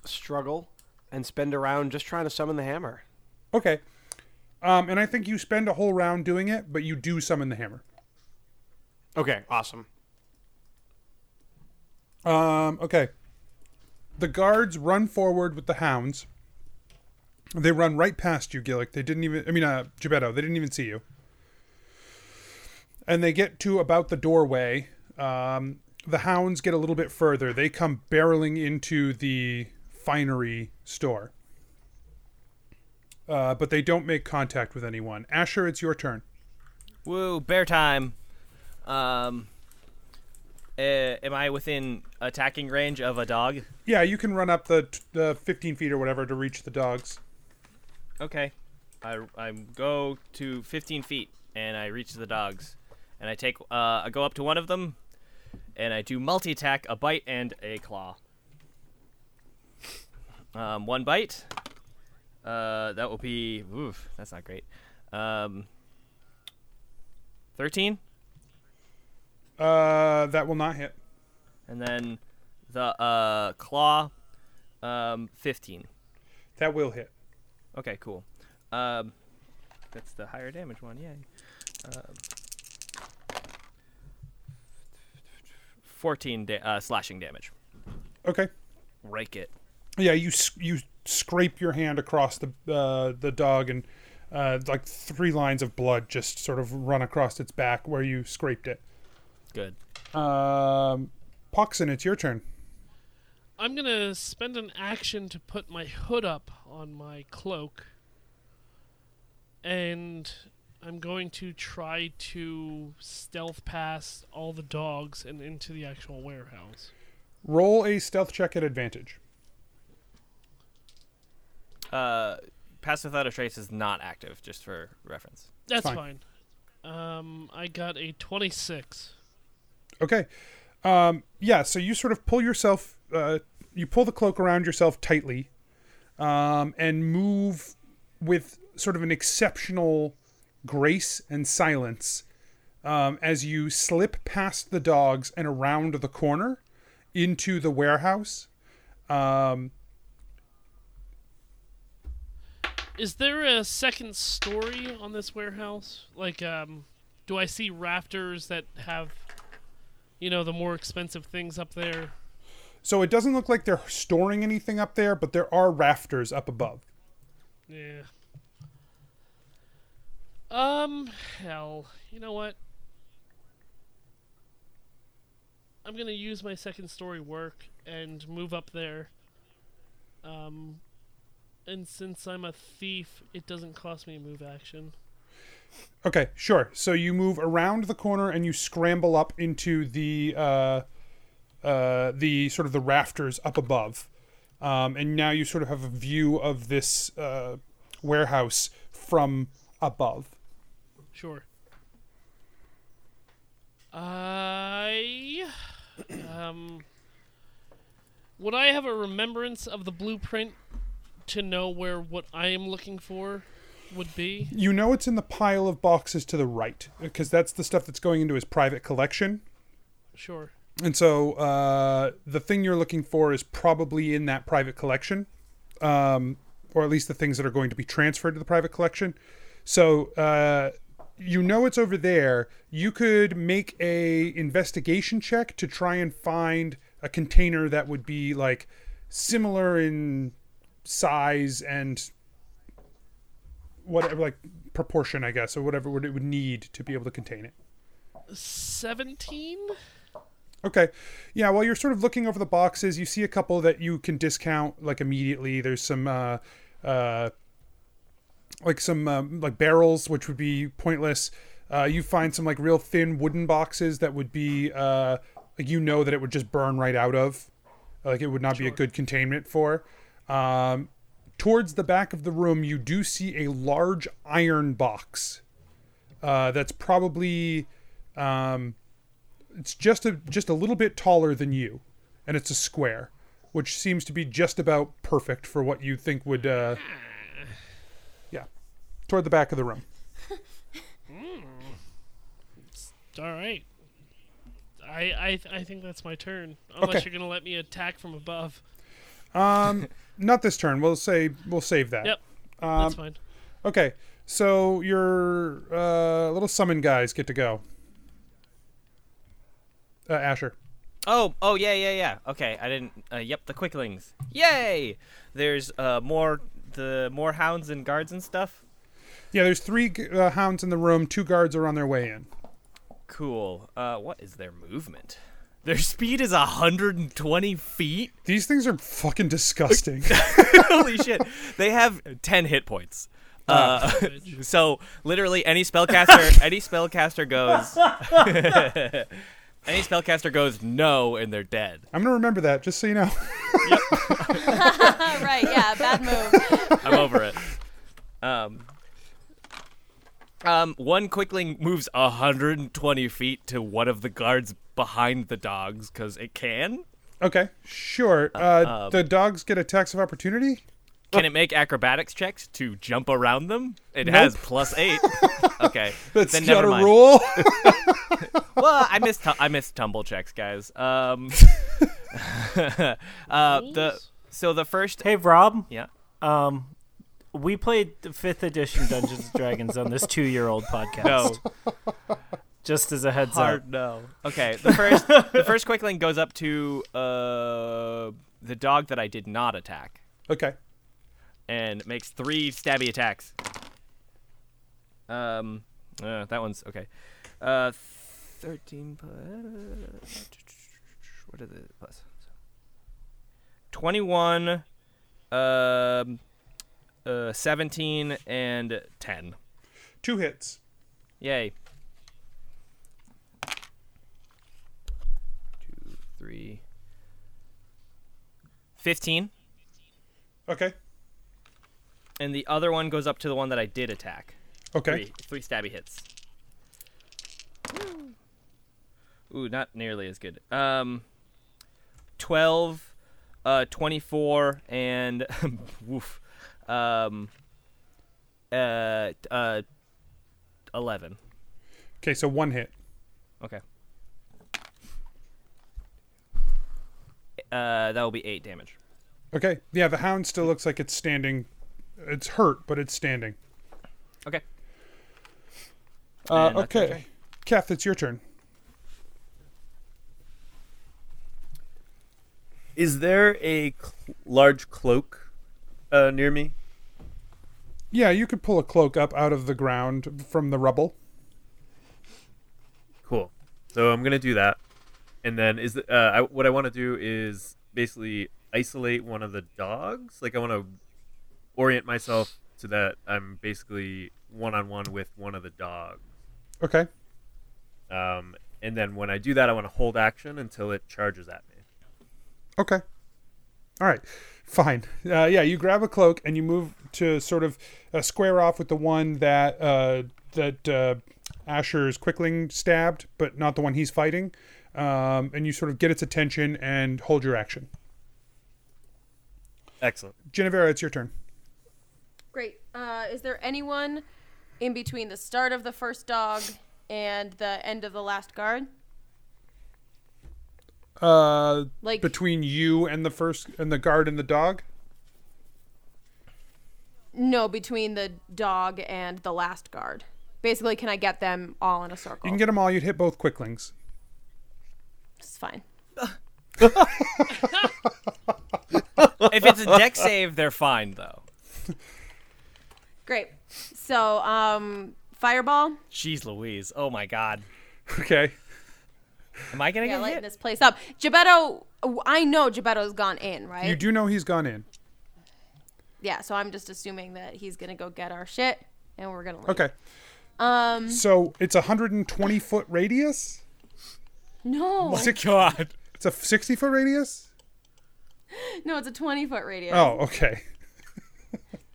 S8: struggle and spend a round just trying to summon the hammer.
S1: Okay. Um, and I think you spend a whole round doing it, but you do summon the hammer.
S8: Okay, awesome.
S1: Um, okay. The guards run forward with the hounds. They run right past you, Gillick. They didn't even, I mean, uh, Gebetto, they didn't even see you. And they get to about the doorway. Um, the hounds get a little bit further. They come barreling into the finery store. Uh, but they don't make contact with anyone. Asher, it's your turn.
S10: Woo, bear time. Um, eh, am I within attacking range of a dog?
S1: Yeah, you can run up the, the 15 feet or whatever to reach the dogs.
S10: Okay. I, I go to 15 feet and I reach the dogs. And I take, uh, I go up to one of them and I do multi attack, a bite, and a claw. Um, one bite. Uh, that will be, oof, that's not great. Um, 13.
S1: Uh, that will not hit.
S10: And then the uh, claw, um, 15.
S1: That will hit.
S10: Okay, cool. Um, that's the higher damage one, yay. Um, 14 da- uh, slashing damage.
S1: Okay.
S10: Rake it.
S1: Yeah, you s- you scrape your hand across the uh, the dog, and uh, like three lines of blood just sort of run across its back where you scraped it.
S10: Good.
S1: Um, Poxon, it's your turn.
S2: I'm gonna spend an action to put my hood up on my cloak, and I'm going to try to stealth past all the dogs and into the actual warehouse.
S1: Roll a stealth check at advantage.
S10: Uh, pass without a trace is not active, just for reference.
S2: That's fine. Um, I got a 26.
S1: Okay. Um, yeah, so you sort of pull yourself, uh, you pull the cloak around yourself tightly um, and move with sort of an exceptional grace and silence um, as you slip past the dogs and around the corner into the warehouse. Um,
S2: Is there a second story on this warehouse? Like, um, do I see rafters that have, you know, the more expensive things up there?
S1: so it doesn't look like they're storing anything up there, but there are rafters up above.
S2: Yeah. Um, hell. You know what? I'm gonna use my second story work and move up there. Um, and since I'm a thief, it doesn't cost me a move action.
S1: Okay, sure. So you move around the corner and you scramble up into the uh, uh, the sort of the rafters up above, um, and now you sort of have a view of this uh, warehouse from above.
S2: Sure. I um would I have a remembrance of the blueprint to know where what I am looking for would be?
S1: You know it's in the pile of boxes to the right because that's the stuff that's going into his private collection,
S2: Sure.
S1: and so uh, the thing you're looking for is probably in that private collection, um, or at least the things that are going to be transferred to the private collection. So uh, you know it's over there. You could make a investigation check to try and find a container that would be like similar in size and whatever, like proportion, I guess, or whatever would- it would need to be able to contain it.
S2: 17?
S1: Okay. Yeah, while you're sort of looking over the boxes, you see a couple that you can discount like immediately. There's some uh uh like some um, like barrels which would be pointless. Uh you find some like real thin wooden boxes that would be uh like you know that it would just burn right out of. Like it would not be a good containment for. Um towards the back of the room you do see a large iron box. Uh that's probably um it's just a just a little bit taller than you, and it's a square, which seems to be just about perfect for what you think would. Uh, yeah, toward the back of the room.
S2: All right. I I I think that's my turn. Unless
S1: Okay.
S2: you're going to let me attack from above.
S1: Um, not this turn. We'll say we'll save that.
S2: Yep.
S1: Um,
S2: That's fine.
S1: Okay, so your uh, little summon guys get to go. Uh, Asher.
S10: Oh, oh yeah, yeah, yeah. Okay, I didn't. Uh, yep, the quicklings. Yay! There's uh more the more hounds and guards and stuff.
S1: Yeah, there's three uh, hounds in the room. Two guards are on their way in.
S10: Cool. Uh, what is their movement? Their speed is 120 feet.
S1: These things are fucking disgusting.
S10: Holy shit! They have 10 hit points. Uh, so literally any spellcaster, any spellcaster goes. any spellcaster goes no, and they're dead.
S1: I'm gonna remember that, just so you know.
S3: right, yeah, bad move.
S10: I'm over it. Um, um, one quickling moves 120 feet to one of the guards behind the dogs because it can.
S1: okay, sure. Uh,
S10: um,
S1: the dogs get attacks of opportunity.
S10: Can it make acrobatics checks to jump around them? It
S1: Nope.
S10: has plus eight. okay,
S1: That's
S10: then
S1: not
S10: never
S1: a
S10: mind.
S1: rule.
S10: well, I missed tu- I missed tumble checks, guys. Um, uh, the so the first.
S11: Hey, Rob.
S10: Yeah.
S11: Um, we played the fifth edition Dungeons and Dragons on this two-year-old podcast.
S10: No.
S11: Just as a heads up.
S10: Hard no. Okay, the first the first quickling goes up to uh, the dog that I did not attack
S1: Okay.
S10: and makes three stabby attacks. Um, uh, that one's okay. Uh, thirteen plus. What are the plus? Twenty-one, um, uh, seventeen, and ten.
S1: Two hits.
S10: Yay. Two, three. Fifteen.
S1: Okay.
S10: And the other one goes up to the one that I did attack.
S1: Okay.
S10: Three, three stabby hits. Ooh, not nearly as good. Um, 12, uh, 24, and woof, um, uh, uh, 11.
S1: Okay, so one hit.
S10: Okay. Uh, that will be eight damage.
S1: Okay. Yeah, the hound still looks like it's standing. It's hurt, but it's standing.
S10: Okay.
S1: Uh,
S10: And uh, that's your
S1: okay. Kath, it's your turn.
S4: Is there a cl- large cloak uh, near me?
S1: Yeah, you could pull a cloak up out of the ground from the rubble.
S4: Cool. So I'm gonna do that, and then is the, uh, I, what I want to do is basically isolate one of the dogs. Like I want to orient myself so that I'm basically one on one with one of the dogs.
S1: Okay.
S4: Um, and then when I do that, I want to hold action until it charges at me.
S1: Okay. All right. Fine. Uh, yeah, you grab a cloak and you move to sort of uh, square off with the one that uh, that uh, Asher's Quickling stabbed, but not the one he's fighting. Um, and you sort of get its attention and hold your action.
S4: Excellent.
S1: Genevera, it's your turn.
S3: Great. Uh, is there anyone in between the start of the first dog and the end of the last guard?
S1: Uh,
S3: Like-
S1: between you and the first and the guard and the dog.
S3: No, between the dog and the last guard. Basically, can I get them all in a circle?
S1: You can get them all. You'd hit both quicklings.
S3: It's fine.
S10: if it's a deck save, they're fine though.
S3: Great. So, um, fireball.
S10: Jeez Louise. Oh my god.
S1: Okay.
S10: Am I gonna
S3: Yeah,
S10: get
S3: lighten
S10: hit?
S3: this place up. Gebetto, I know Gebetto's gone in, right?
S1: You do know he's gone in.
S3: Yeah, so I'm just assuming that he's gonna go get our shit, and we're gonna. Leave.
S1: Okay.
S3: Um.
S1: So it's a hundred and twenty foot radius.
S3: No.
S1: god! Oh It's a sixty foot radius.
S3: No, it's a 20 foot radius.
S1: Oh, okay.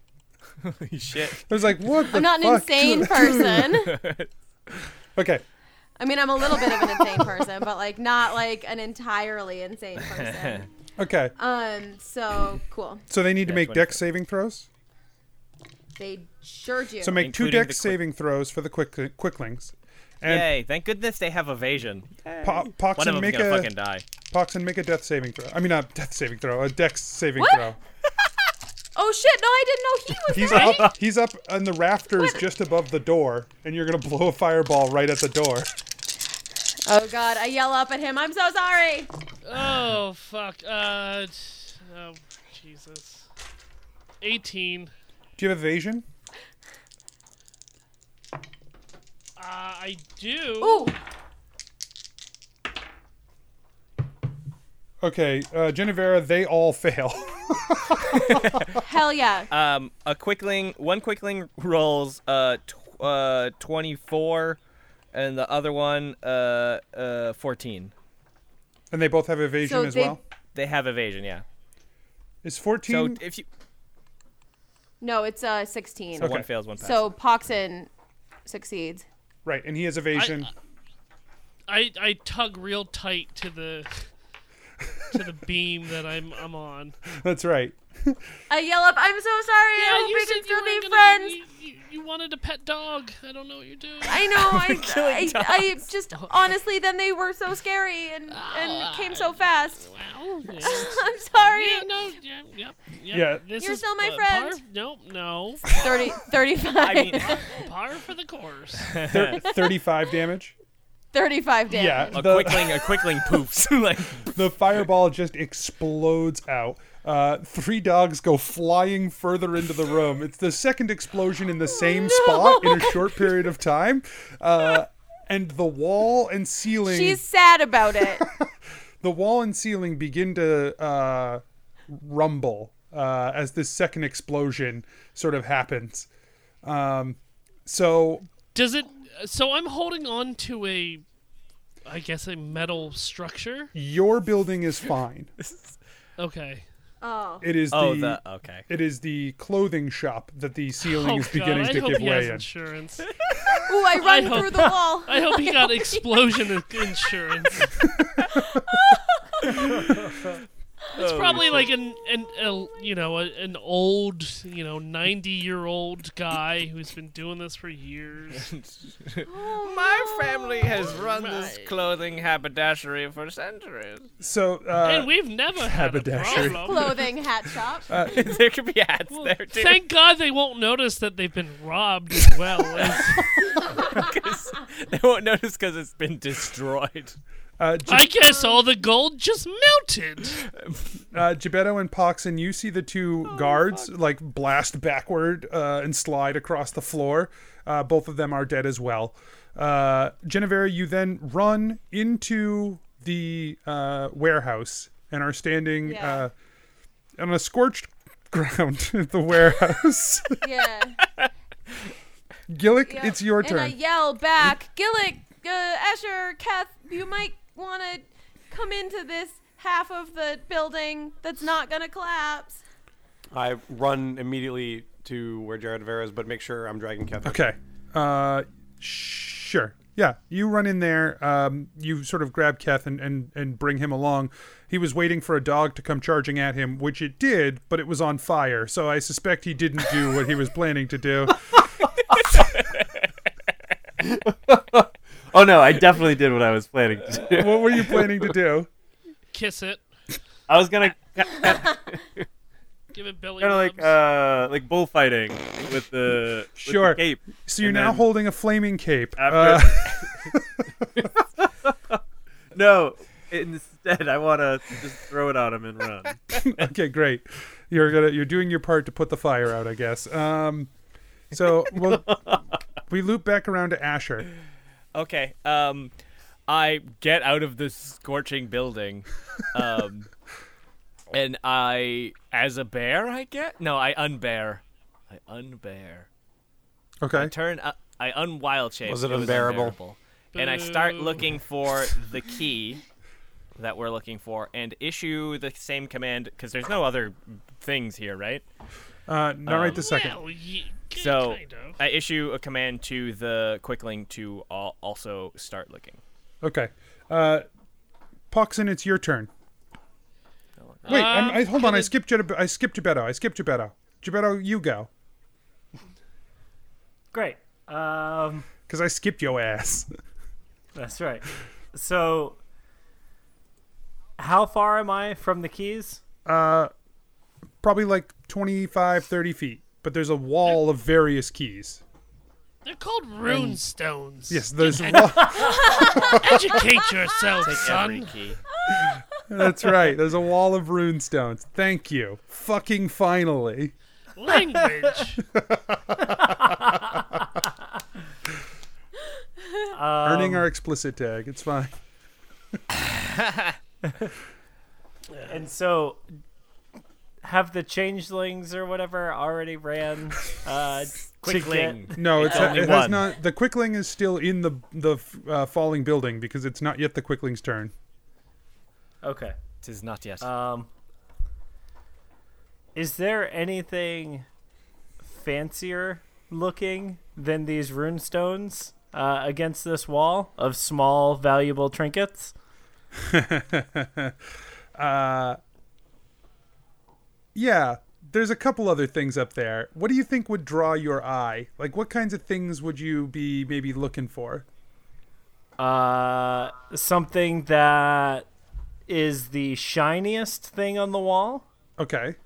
S10: Holy shit!
S1: I was like, what? the
S3: I'm not an
S1: fuck?
S3: insane person.
S1: okay.
S3: I mean, I'm a little bit of an insane person, but like not like an entirely insane person.
S1: Okay.
S3: Um. So cool.
S1: So they need to make deck saving throws.
S3: They sure do.
S1: So make two deck saving throws for the quick quicklings, And
S10: Yay! Thank goodness they have evasion.
S1: Po- Poxon,
S10: One of them's
S1: make
S10: gonna
S1: a
S10: fucking die.
S1: Poxon, make a death saving throw. I mean, not death saving throw. A dex saving
S3: What?
S1: throw.
S3: Oh shit! No, I didn't know he was.
S1: He's
S3: ready.
S1: up. He's up on the rafters just above the door, and you're gonna blow a fireball right at the door.
S3: Oh god! I yell up at him. I'm so sorry.
S2: Oh fuck. Uh, t- oh Jesus. Eighteen.
S1: Do you have evasion?
S2: Uh, I do.
S1: Okay, uh, Genevera, they all fail.
S3: Hell yeah!
S10: Um, a quickling, one quickling rolls uh, tw- uh twenty four, and the other one uh uh fourteen.
S1: And they both have evasion as well.
S10: They have evasion, yeah.
S1: Is fourteen?
S10: So if you
S3: No, it's uh 16.
S10: So one Okay. fails, one passes.
S3: So Poxon succeeds.
S1: right, and he has evasion.
S2: I I tug real tight to the to the beam that I'm I'm on.
S1: That's right.
S3: I yell up, "I'm so sorry.
S2: Yeah,
S3: I hope
S2: you
S3: we
S2: said
S3: can
S2: you
S3: still
S2: were
S3: be
S2: gonna-
S3: friends."
S2: You, you wanted a pet dog. I don't know what you're doing.
S3: I know. I,
S2: Killing
S3: I,
S2: dogs.
S3: I just honestly, then they were so scary and and came
S2: Ah,
S3: so fast. I'm sorry.
S2: Yeah, no, yeah, yep, yep.
S1: Yeah.
S2: This
S3: You're
S2: is,
S3: still my
S2: uh,
S3: friend.
S2: Par, no, no.
S3: 30 35.
S2: I mean, par, par for the course.
S1: Thir- Thirty-five damage.
S3: 35 damage.
S1: Yeah,
S10: A quickling- a quickling poofs. like
S1: the fireball just explodes out. Uh, three dogs go flying further into the room. It's the second explosion in the same spot in a short period of time, uh, and the wall and ceiling.
S3: She's sad about it.
S1: the wall and ceiling begin to uh, rumble uh, as this second explosion sort of happens. Um, so
S2: Does it? So I'm holding on to a, I guess a metal structure.
S1: your building is fine.
S2: Okay.
S3: Oh.
S1: It is
S10: Oh,
S1: the,
S10: the- okay.
S1: It is the clothing shop that the ceiling
S2: Oh,
S1: is
S2: God,
S1: beginning
S2: I
S1: to
S2: hope
S1: give
S2: he has
S1: way in.
S2: insurance.
S3: Ooh, I run
S2: hope-
S3: through the wall.
S2: I hope he got
S3: hope
S2: explosion in- insurance. It's
S10: Holy
S2: probably
S10: shit.
S2: like an, an a, you know a, an old you know ninety year old guy who's been doing this for years.
S10: my family has run this clothing haberdashery for centuries.
S1: So uh,
S2: and we've never had a
S1: haberdashery.
S2: problem.
S3: Clothing hat shop.
S1: Uh,
S10: there could be hats there too.
S2: Thank God they won't notice that they've been robbed as well.
S10: Because they won't notice because it's been destroyed.
S1: Uh,
S2: I guess all the gold just melted.
S1: uh, Gebetto and Poxon, you see the
S3: Oh,
S1: two guards like blast backward uh, and slide across the floor. Uh, both of them are dead as well. Uh, Genevera, you then run into the uh, warehouse and are standing
S3: Yeah.
S1: uh, on a scorched ground at the warehouse.
S3: yeah.
S1: Gillick,
S3: Yep.
S1: it's your turn.
S3: And I yell back, Gillick, uh, Escher, Kath, you might want to come into this half of the building that's not going to collapse.
S8: I run immediately to where Jared Vera is, but make sure I'm dragging Kevin.
S1: Okay. Uh, sure. Yeah, you run in there. Um, you sort of grab Keth and, and, and bring him along. He was waiting for a dog to come charging at him, which it did, but it was on fire. So I suspect he didn't do what he was planning to do.
S4: Oh no, I definitely did what I was planning to do.
S1: what were you planning to do?
S2: Kiss it.
S4: I was gonna
S2: Give it Billy.
S4: kind of like uh like bullfighting with the with the
S1: Sure. Uh,
S4: cape.
S1: So you're
S4: And
S1: now
S4: then-
S1: holding a flaming cape.
S4: After-
S1: Uh,
S4: no, instead I want to just throw it on him and run.
S1: okay, great. You're gonna you're doing your part to put the fire out, I guess. Um, so we'll, we loop back around to Asher.
S10: Okay. Um, I get out of this scorching building, um, and I, as a bear, I get no, I unbear, I unbear.
S1: Okay.
S10: I turn. Uh, I unwild shape.
S8: Was it unbearable?
S10: And I start
S8: Boo.
S10: looking for the key that we're looking for, and issue the same command because there's no other things here, right?
S1: Uh, not right this second.
S2: Well, ye-
S10: So
S2: kind of.
S10: I issue a command to the Quickling to al- also start looking.
S1: Okay. Uh, Poxon, it's your turn. Wait, I'm, I,
S2: Um,
S1: hold on. I skipped. Jetta, I skipped Gebetto. I skipped Gebetto. Gebetto, you go,
S14: Great. Um,
S11: Um,
S1: because I skipped your ass.
S11: That's right. So, how far am I from the keys?
S1: Uh, probably like 25, 30 feet. But there's a wall of various keys.
S2: They're called rune stones.
S1: Yes, there's
S2: Ed-
S1: one.
S2: Educate yourself,
S1: Take every
S2: son.
S1: key. That's right. There's a wall of rune stones. Thank you. Fucking finally.
S2: Language.
S1: Earning
S11: Um,
S1: our explicit tag. It's fine.
S11: and so have the changelings or whatever already ran uh to
S13: Quickling.
S11: get-
S1: No, it's, it has not. The quickling is still in the the uh, falling building because it's not yet the quickling's turn.
S11: okay
S13: tis not yet
S11: um is there anything fancier looking than these runestones uh, against this wall of small valuable trinkets
S1: uh Yeah, there's a couple other things up there. What do you think would draw your eye? Like, what kinds of things would you be maybe looking for?
S11: Uh, something that is the shiniest thing on the wall.
S1: Okay.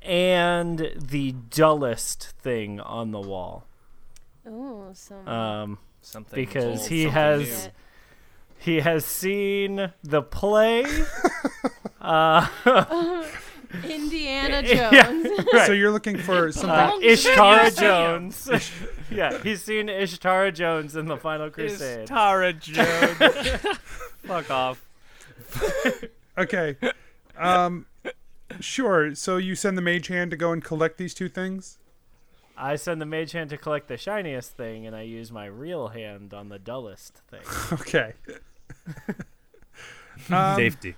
S11: And the dullest thing on the wall.
S3: Ooh, some
S11: Um,
S3: Something
S11: because
S3: old,
S11: he
S3: something
S11: has he has seen the play. uh,
S3: Indiana
S11: Yeah,
S3: Jones.
S11: right.
S1: So you're looking for something.
S11: uh, Ishtara
S13: Yes, I am.
S11: Jones. yeah, he's seen Ishtara Jones in the Final Crusade.
S13: Tara Jones. Fuck off.
S1: okay. Um, sure. So you send the mage hand to go and collect these two things.
S11: I send the mage hand to collect the shiniest thing, and I use my real hand on the dullest thing.
S1: Okay.
S11: Um,
S4: Safety.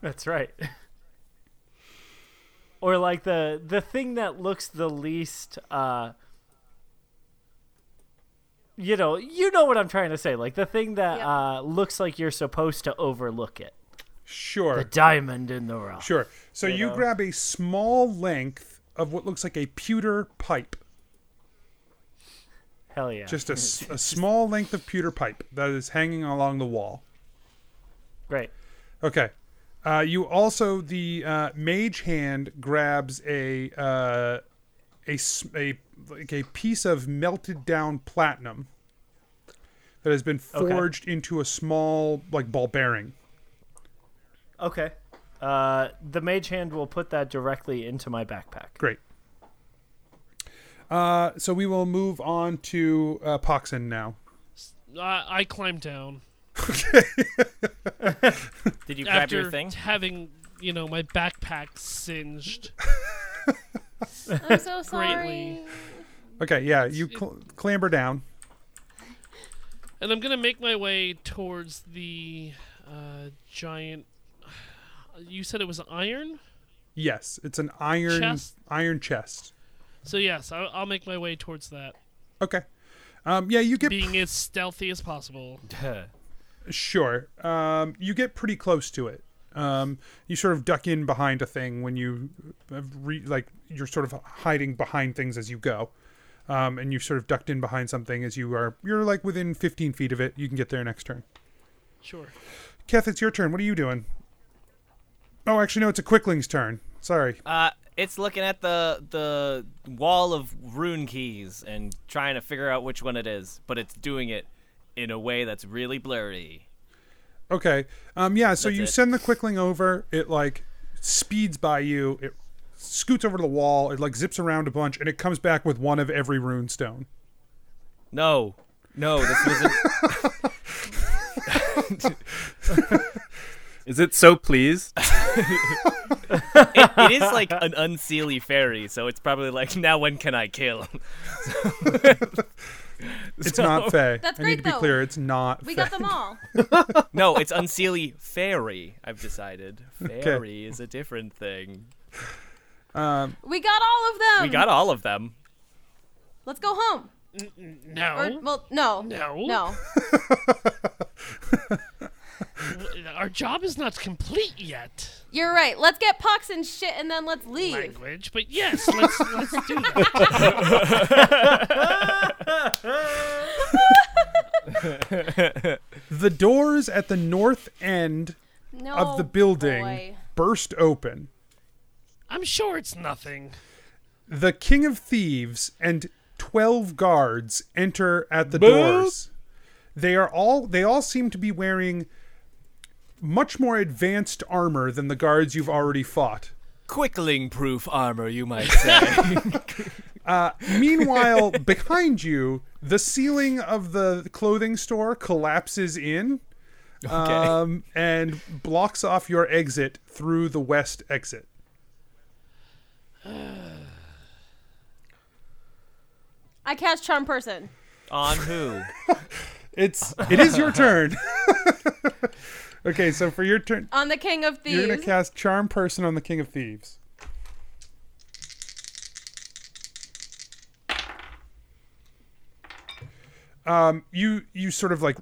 S11: That's right. or like the the thing that looks the least uh you know, you know what I'm trying to say. Like the thing that uh looks like you're supposed to overlook it.
S1: Sure.
S11: The diamond in the rock.
S1: Sure. So you,
S11: know?
S1: grab a small length of what looks like a pewter pipe.
S11: Hell yeah.
S1: Just a, s- a small length of pewter pipe that is hanging along the wall.
S11: Great.
S1: Okay. Uh, you also the uh, mage hand grabs a uh, a s- a like a piece of melted down platinum that has been
S11: Okay.
S1: forged into a small like ball bearing.
S11: Okay. Uh the mage hand will put that directly into my backpack.
S1: Great. Uh, so we will move on to uh, Poxin now.
S2: I, I climbed down.
S13: Did you grab your
S2: After
S13: thing?
S2: Having you know my backpack singed.
S3: I'm so
S2: Greatly.
S3: sorry.
S1: Okay, yeah, you cl- clamber down.
S2: And I'm gonna make my way towards the uh, giant. You said it was iron,
S1: Yes, it's an iron
S2: Chest?
S1: iron chest.
S2: so yes, I'll, I'll make my way towards that,
S1: Okay. Um, yeah, you get
S2: being as stealthy as possible.
S1: Sure. Um, you get pretty close to it. Um, you sort of duck in behind a thing when you uh, re- like you're sort of hiding behind things as you go. Um, and you've sort of ducked in behind something as you are you're like within 15 feet of it. You can get there next turn.
S2: Sure.
S1: Keth, it's your turn. What are you doing? Oh, actually no, it's a quickling's turn. Sorry.
S10: Uh, it's looking at the the wall of rune keys and trying to figure out which one it is, but it's doing it in a way that's really blurry.
S1: Okay. Um, yeah. So
S10: That's
S1: you
S10: it.
S1: send the quickling over. It like speeds by you. It scoots over to the wall. It like zips around a bunch, and it comes back with one of every rune stone.
S10: No, no, this wasn't.
S4: Is it so pleased?
S10: it, it is like an unseelie fairy, so it's probably like now when can I kill?
S1: It's
S10: So-
S1: not Fey.
S3: That's
S1: I need
S3: great,
S1: to be
S3: though.
S1: clear. It's not.
S3: We
S1: Fey.
S3: got them all.
S10: no, it's unseelie fairy. I've decided
S1: Okay.
S10: fairy is a different thing.
S1: Um,
S3: We got all of them.
S10: we got all of them.
S3: Let's go home.
S2: No.
S3: Or, well, no.
S2: No.
S3: No.
S2: Our job is not complete yet.
S3: You're right. Let's get pox and shit, and then let's leave.
S2: Language, but yes, let's let's do that.
S1: the doors at the north end
S2: No,
S3: Oh,
S1: of the building
S2: boy.
S1: burst open.
S2: I'm sure it's nothing.
S1: The King of Thieves and 12 guards enter at the
S2: Boop.
S1: doors. They are all they all seem to be wearing much more advanced armor than the guards you've already fought.
S13: Quickling proof armor, you might say.
S1: Uh, meanwhile, behind you, the ceiling of the clothing store collapses in um, and blocks off your exit through the west exit.
S3: I cast charm person.
S10: On who?
S1: It's it is your turn. okay, so for your turn,
S3: On the king of
S1: you're gonna
S3: thieves.
S1: cast Charm Person on the King of Thieves. Um, you you sort of like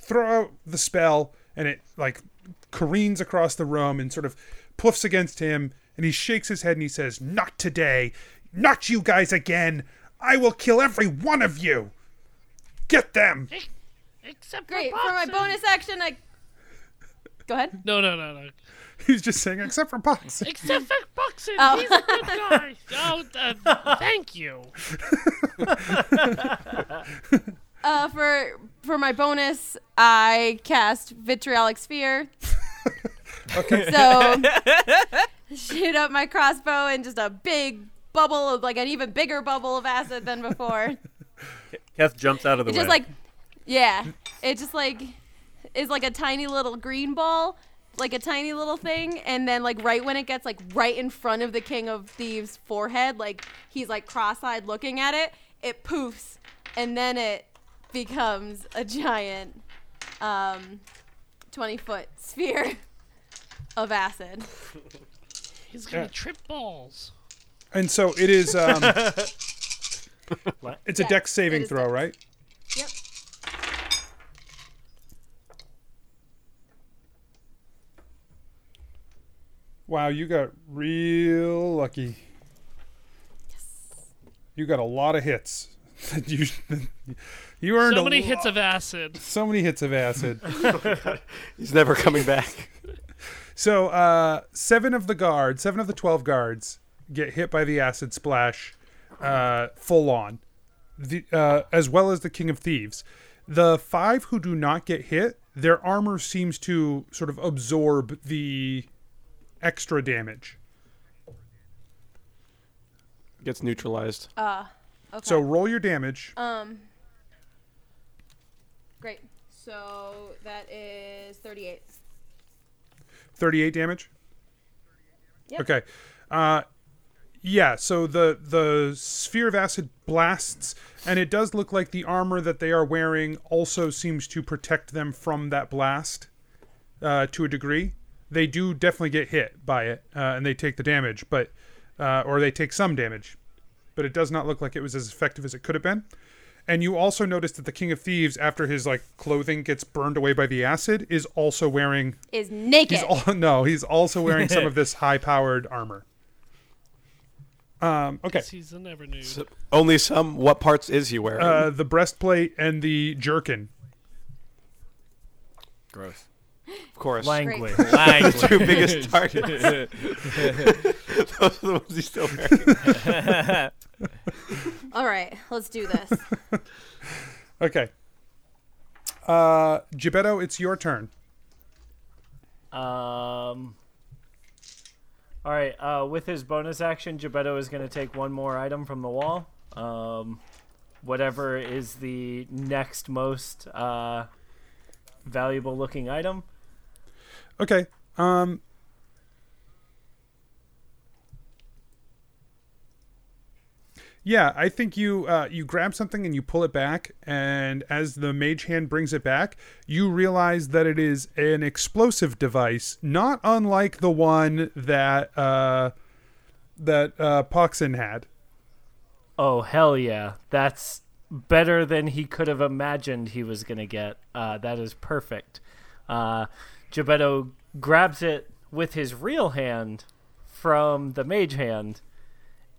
S1: throw out the spell, and it like careens across the room and sort of puffs against him, and he shakes his head and he says, "Not today, not you guys again. I will kill every one of you. Get them."
S2: Except
S3: Great. For my bonus action, I. Go ahead.
S2: No, no, no, no.
S1: He's just saying, except for Box.
S2: Except for Buxton.
S3: Oh.
S2: He's a good guy. Oh, uh, thank you.
S3: Uh, for for my bonus, I cast vitriolic sphere.
S1: Okay.
S3: So shoot up my crossbow and just a big bubble of like an even bigger bubble of acid than before.
S4: Keth jumps out of
S3: It
S4: the
S3: just
S4: way.
S3: like yeah, it just like is like a tiny little green ball, like a tiny little thing, and then like right when it gets like right in front of the king of thieves' forehead, like he's like cross-eyed looking at it, it poofs, and then it becomes a giant um 20 foot sphere of acid.
S2: He's gonna
S1: Yeah.
S2: trip balls.
S1: And so it is. Um,
S2: What?
S1: it's a
S2: Yeah,
S1: dex saving
S2: it is
S1: throw, right?
S3: Yep.
S1: Wow, you got real lucky. Yes. You got a lot of hits. you, you earned
S2: So
S1: a
S2: many
S1: lo-
S2: hits of acid.
S1: So many hits of acid.
S8: He's never coming back.
S1: So uh, seven of the guards, seven of the twelve guards, get hit by the acid splash, uh, full on, the, uh, as well as the king of thieves. The five who do not get hit, their armor seems to sort of absorb the extra damage.
S8: Gets neutralized.
S3: Uh okay.
S1: So roll your damage.
S3: Um. Great. So that is 38.
S1: 38 damage
S3: Yep.
S1: okay uh yeah so the the sphere of acid blasts and it does look like the armor that they are wearing also seems to protect them from that blast uh to a degree they do definitely get hit by it uh, and they take the damage but uh or they take some damage but it does not look like it was as effective as it could have been and you also notice that the king of thieves after his like clothing gets burned away by the acid is also wearing
S3: Is naked.
S1: He's all, no, he's also wearing some of this high-powered armor. Um, okay.
S2: He's a never nude.
S8: So- only some. What parts is he wearing?
S1: Uh, the breastplate and the jerkin.
S8: Gross. Of course.
S1: Languid.
S8: Those are the two biggest targets. Those are the ones he's still wearing.
S3: All right, let's do this.
S1: Okay. Uh, Gibetto, it's your turn.
S11: Um. All right. Uh, with his bonus action, Gebetto is going to take one more item from the wall. Um, whatever is the next most uh, valuable looking item.
S1: Okay. Um. Yeah, I think you uh, you grab something and you pull it back, and as the mage hand brings it back, you realize that it is an explosive device, not unlike the one that uh, that uh, Poxin had.
S11: Oh hell yeah! That's better than he could have imagined he was gonna get. Uh, that is perfect. Uh, Gebetto grabs it with his real hand from the mage hand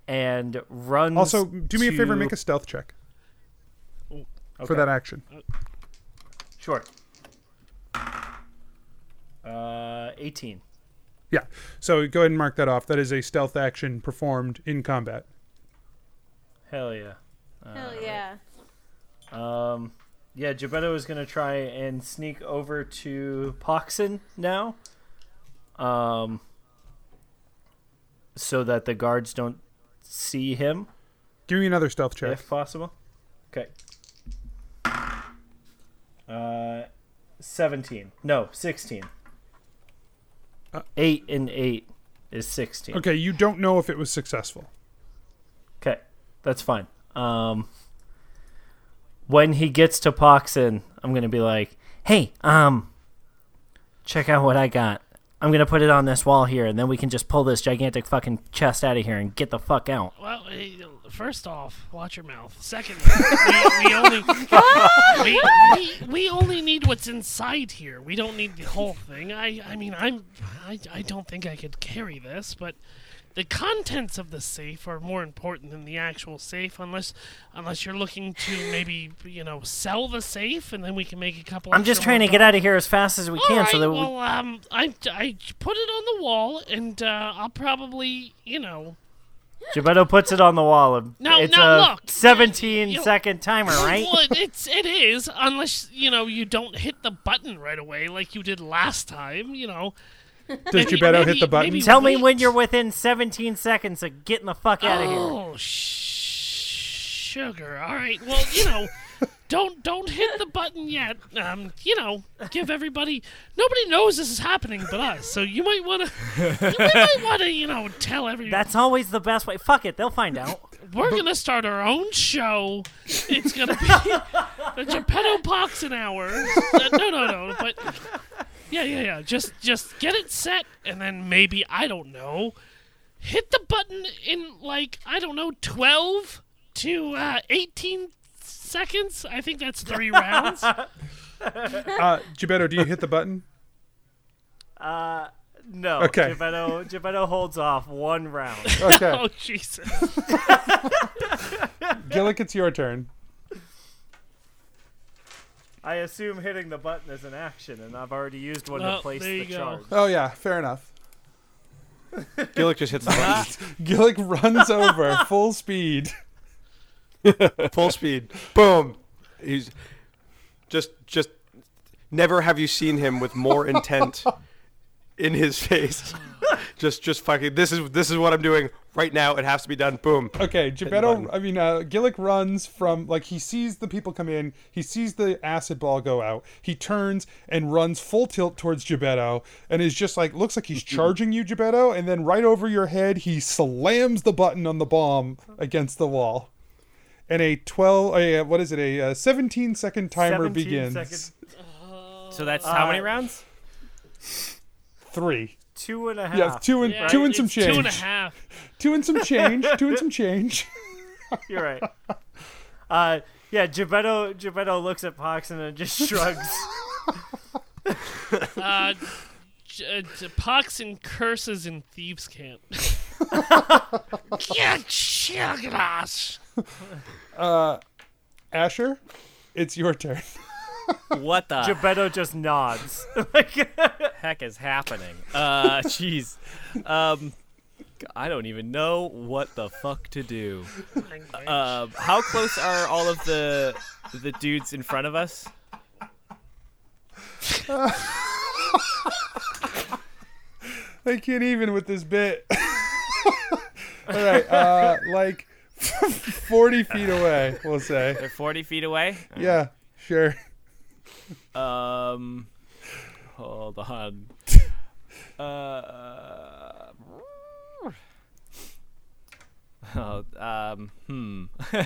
S11: and runs.
S1: Also, do me a favor,
S11: to-
S1: make a stealth check
S2: Oh,
S1: for
S11: Okay.
S1: that action.
S2: uh,
S11: Sure. Uh, 18.
S1: Yeah. So go ahead and mark that off. That is a stealth action performed in combat.
S11: Hell yeah.
S3: Hell yeah.
S11: Um, yeah, Gebetto is going to try and sneak over to Poxin now. Um, so that the guards don't see him.
S1: Give me another stealth check.
S11: If possible. Okay. Uh, 17. No, 16. 8 and 8 is 16.
S1: Okay, you don't know if it was successful.
S11: Okay, that's fine. Um, when he gets to Poxin, I'm gonna be like, "Hey, um, check out what I got. I'm gonna put it on this wall here, and then we can just pull this gigantic fucking chest out of here and get the fuck out."
S2: Well, eh, first off, watch your mouth. Second, we, we only we, we, we only need what's inside here. We don't need the whole thing. I I mean, I'm I, I don't think I could carry this, but the contents of the safe are more important than the actual safe, unless unless you're looking to maybe you know sell the safe, and then we can make a couple.
S11: I'm just
S2: extra
S11: trying to
S2: more
S11: get out of here as fast as we
S2: all
S11: can,
S2: right,
S11: so that
S2: well,
S11: we.
S2: um, I, I put it on the wall, and uh, I'll probably, you know,
S11: Gebetto puts it on the wall.
S2: No,
S11: it's
S2: no,
S11: a
S2: look.
S11: 17
S2: you know-
S11: second timer, right?
S2: Well, it- it's it is unless you know you don't hit the button right away like you did last time. You know, Maybe- maybe- maybe
S11: Tell
S2: wait
S11: me when you're within 17 seconds of getting the fuck out of here.
S2: Oh, sugar. All right. Well, you know, don't don't hit the button yet. Um, you know, give everybody. Nobody knows this is happening but us, so you might want to. You might want to, you know, tell everyone.
S11: That's always the best way. Fuck it, they'll find out.
S2: We're gonna start our own show. It's gonna be the Geppetto Pox an hour. Uh, No, no, no. But yeah, yeah, yeah. Just, just get it set, and then maybe I don't know. Hit the button in like I don't know, twelve to uh, eighteen seconds. I think that's three rounds.
S1: Uh, Gebetto, do you hit the button?
S11: Uh, no.
S1: Okay.
S11: Gebetto, Gebetto holds off one round.
S1: Okay. Oh,
S2: Jesus.
S1: Gillick, it's your turn.
S11: I assume hitting the button is an action, and I've already used one
S2: Well,
S11: to place
S2: there you
S11: the
S2: go.
S11: charge.
S1: Oh yeah, fair enough.
S8: Gillick just hits the button.
S1: Gillick runs over full speed.
S8: Full speed. Boom. He's just just never have you seen him with more intent in his face. just just fucking this is this is what I'm doing right now. It has to be done. Boom.
S1: Okay,
S8: Hit the
S1: Gebetto.
S8: button.
S1: I mean, uh, Gillick runs from like he sees the people come in. He sees the acid ball go out. He turns and runs full tilt towards Gebetto, and is just like looks like he's charging you, Gebetto. And then right over your head, he slams the button on the bomb against the wall, and a twelve. A, uh, what is it? A uh, seventeen second timer
S11: 17
S1: begins.
S11: second-
S10: So that's how many
S11: Uh,
S10: rounds?
S1: Three.
S11: Two and a half.
S1: Ah. Yeah, two and two and some change. Two and some change. two and some change.
S11: You're right. Uh, yeah, Gebetto, Gebetto looks at Poxon and just shrugs.
S2: uh, j- uh, j- pox and curses in thieves camp. Get sugar ass.
S1: Uh, Asher, it's your turn.
S10: What the?
S11: Gebetto just nods.
S10: heck is happening? Uh, jeez. Um, I don't even know what the fuck to do. Um, how close are all of the the dudes in front of us?
S1: I can't even with this bit. All right, uh, like forty feet away, we'll say.
S10: They're forty feet away.
S1: Yeah, sure.
S10: Um, hold on. Uh, oh, um, hmm. uh,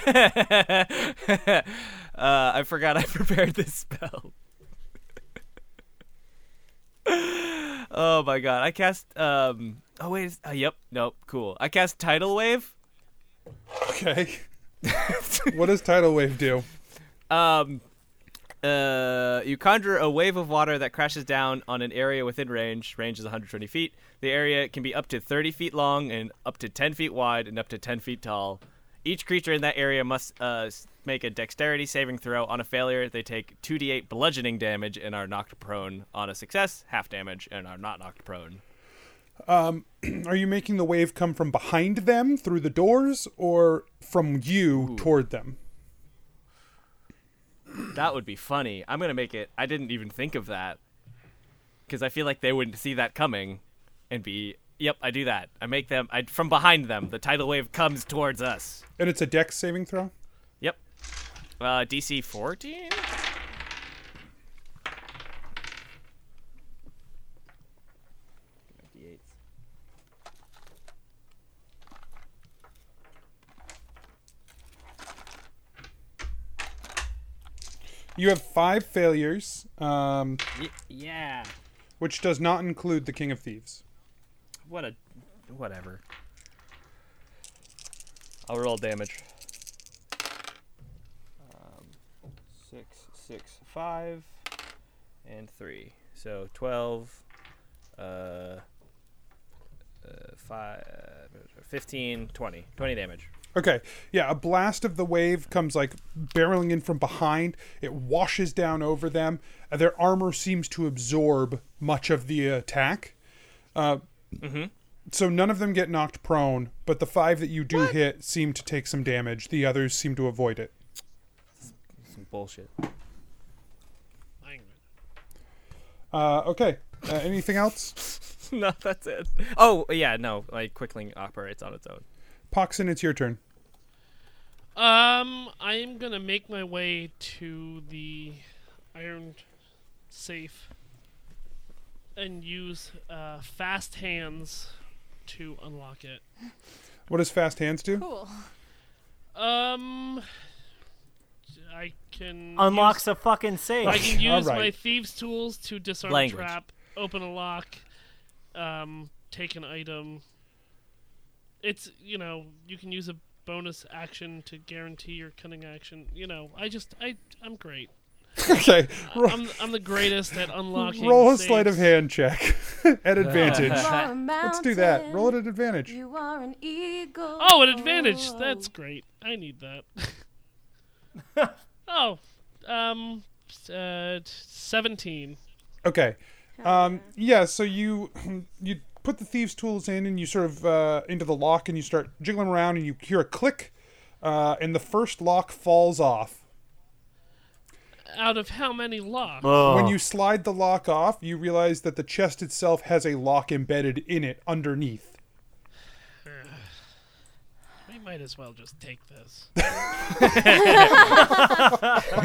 S10: I forgot I prepared this spell. oh my god! I cast. Um. Oh wait. it's- Uh, yep. Nope. Cool. I cast tidal wave.
S1: Okay. what does tidal wave do?
S10: Um, uh, you conjure a wave of water that crashes down on an area within range. Range is 120 feet. The area can be up to 30 feet long and up to 10 feet wide and up to 10 feet tall. Each creature in that area must uh, s- make a dexterity saving throw. On a failure, they take 2d8 bludgeoning damage and are knocked prone. On a success, half damage and are not knocked prone.
S1: Um, are you making the wave come from behind them through the doors or from you toward them?
S10: That would be funny. I'm going to make it. I didn't even think of that. Because I feel like they wouldn't see that coming and be, yep, I do that. I make them, I, from behind them, the tidal wave comes towards us.
S1: And it's a dex saving throw?
S10: Yep. Uh, DC 14?
S1: You have five failures, um,
S11: yeah.
S1: which does not include the King of Thieves.
S11: What a whatever.
S13: I'll roll damage.
S10: Um, six, six, five, and three. So twelve, uh, uh, five, uh, 15, 20. 20 damage.
S1: Okay, yeah, a blast of the wave comes like barreling in from behind. It washes down over them. Uh, Their armor seems to absorb much of the attack. Uh, So none of them get knocked prone, but the five that you do hit seem to take some damage. The others seem to avoid it.
S10: Some bullshit.
S1: Uh, okay, uh, anything else?
S10: no, that's it. Oh, yeah, no. Like, Quickling operates on its own.
S1: Poxin, it's your turn.
S2: Um, I'm gonna make my way to the iron safe and use uh, fast hands to unlock it.
S1: What does fast hands do?
S3: Cool.
S2: Um, I can use-
S11: Unlocks a fucking safe.
S2: I can use
S11: Alright.
S2: my thieves' tools to disarm
S11: Language.
S2: a trap, open a lock, um, take an item. It's you know you can use a bonus action to guarantee your cunning action. You know I just I I'm great.
S1: okay, ro-
S2: I'm I'm the greatest at unlocking.
S1: roll a
S2: safes.
S1: sleight of hand check at advantage.
S2: You're a
S1: Let's do that. Roll it at advantage.
S3: You are an eagle.
S2: Oh, an advantage. That's great. I need that. oh, um, uh, seventeen.
S1: Okay. Um, yeah. So you you put the thieves' tools in, and you sort of uh, into the lock, and you start jiggling around, and you hear a click, uh, and the first lock falls off.
S2: Out of how many locks?
S1: When you slide the lock off, you realize that the chest itself has a lock embedded in it underneath.
S2: We might as well just take this. All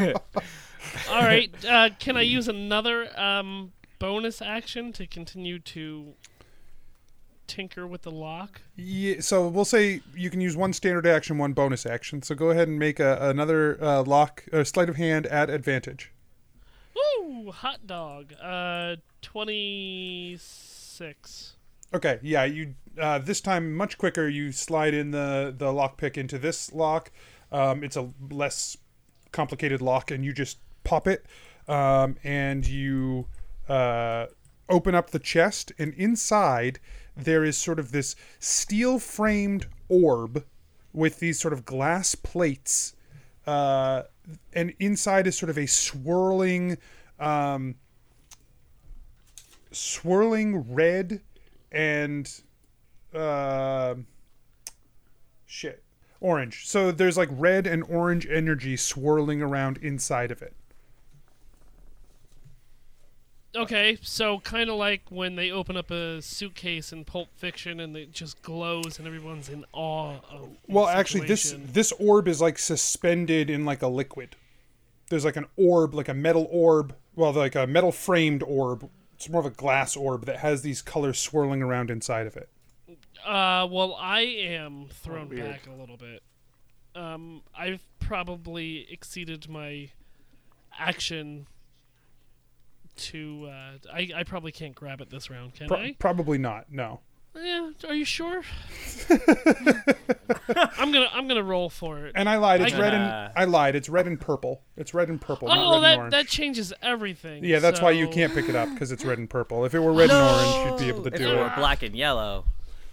S2: right. Uh, can I use another um, bonus action to continue to tinker with the lock?
S1: Yeah, so we'll say you can use one standard action, one bonus action. So go ahead and make a, another uh, lock uh, sleight of hand at advantage.
S2: Woo! Hot dog. Uh, twenty-six.
S1: Okay, yeah, you uh, this time much quicker. You slide in the the lock pick into this lock. Um, it's a less complicated lock, and you just pop it, um, and you uh, open up the chest, and inside there is sort of this steel framed orb with these sort of glass plates, uh, and inside is sort of a swirling. Um, swirling red and uh, shit orange so there's like red and orange energy swirling around inside of it
S2: Okay, so kind of like when they open up a suitcase in Pulp Fiction and it just glows and everyone's in awe. Of the
S1: well actually this
S2: situation.
S1: this orb is like suspended in like a liquid there's like an orb like a metal orb well like a metal framed orb it's more of a glass orb that has these colors swirling around inside of it
S2: Uh, well, I am thrown
S1: weird.
S2: back a little bit. Um, I've probably exceeded my action. To uh, I, I probably can't grab it this round, can
S1: Pro-
S2: I?
S1: probably not no
S2: Yeah. Are you sure? I'm gonna I'm gonna roll for it.
S1: and i lied it's
S2: I-
S1: red and i lied it's red and purple it's red and purple not
S2: Oh,
S1: red and
S2: that
S1: orange.
S2: that changes everything.
S1: Yeah, that's why you
S2: so-
S1: can't pick it up because it's red and purple. If it were red and orange, you'd be able to
S10: if
S1: do
S10: it
S1: it.
S10: were black and yellow.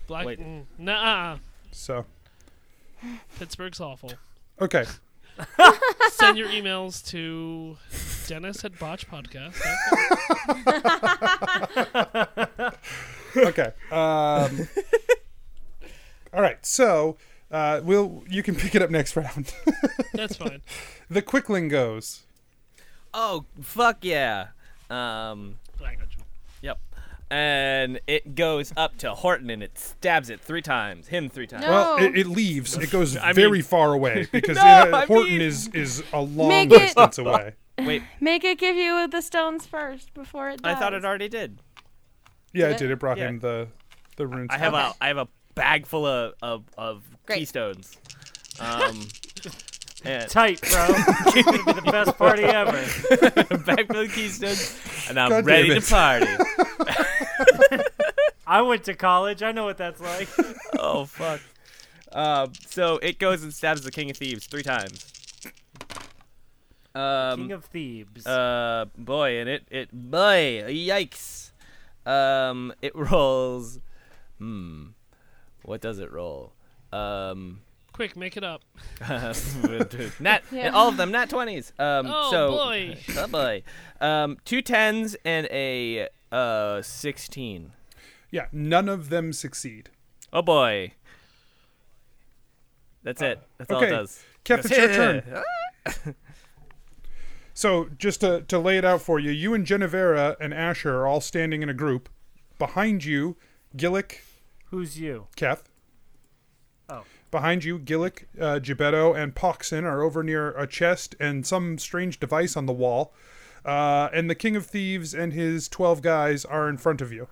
S2: Black. mm, Nah.
S1: So,
S2: Pittsburgh's awful.
S1: Okay.
S2: Send your emails to Dennis at Botch Podcast.
S1: okay. Um, all right. So uh, we'll you can pick it up next round.
S2: That's fine.
S1: the quickling goes.
S10: Oh fuck yeah. Um.
S2: I got you.
S10: Yep. And it goes up to Horton and it stabs it three times. Him three times.
S1: Well, it, it leaves. It goes
S10: Oh. I mean-
S1: very far away because
S10: No,
S1: it, uh,
S10: I
S1: Horton
S10: mean-
S1: is is a long
S3: Make it-
S1: distance away.
S10: Wait,
S3: Make it give you the stones first before it dies.
S10: I thought it already did.
S1: yeah, it
S3: Did it?
S1: did. It brought
S10: Yeah.
S1: him the the runes.
S10: I have a I have a bag full of of, of keystones. Um, and-
S11: Tight, bro. It's gonna be the best party ever.
S10: bag full of keystones, and I'm
S11: God damn
S10: ready to
S11: it.
S10: party.
S11: I went to college. I know what that's like.
S10: oh fuck! Um, so it goes and stabs the king of thieves three times. Um,
S11: King of Thebes.
S10: Uh, boy, and it it boy, yikes. Um, it rolls. Hmm, what does it roll? Um,
S2: Quick, make it up.
S10: nat,
S2: Yeah.
S10: all of them nat twenties. Um,
S2: Oh,
S10: so,
S2: boy.
S10: oh boy, um, two tens and a uh sixteen.
S1: Yeah, none of them succeed.
S10: Oh boy. That's it. That's all it
S1: okay.
S10: does.
S1: Kev, it's your turn. So just to, to lay it out for you, you and Genevera and Asher are all standing in a group. Behind you, Gillick.
S11: Who's you?
S1: Keth.
S11: Oh.
S1: Behind you, Gillick, uh, Gebetto, and Poxin are over near a chest and some strange device on the wall. Uh, and the King of Thieves and his 12 guys are in front of you.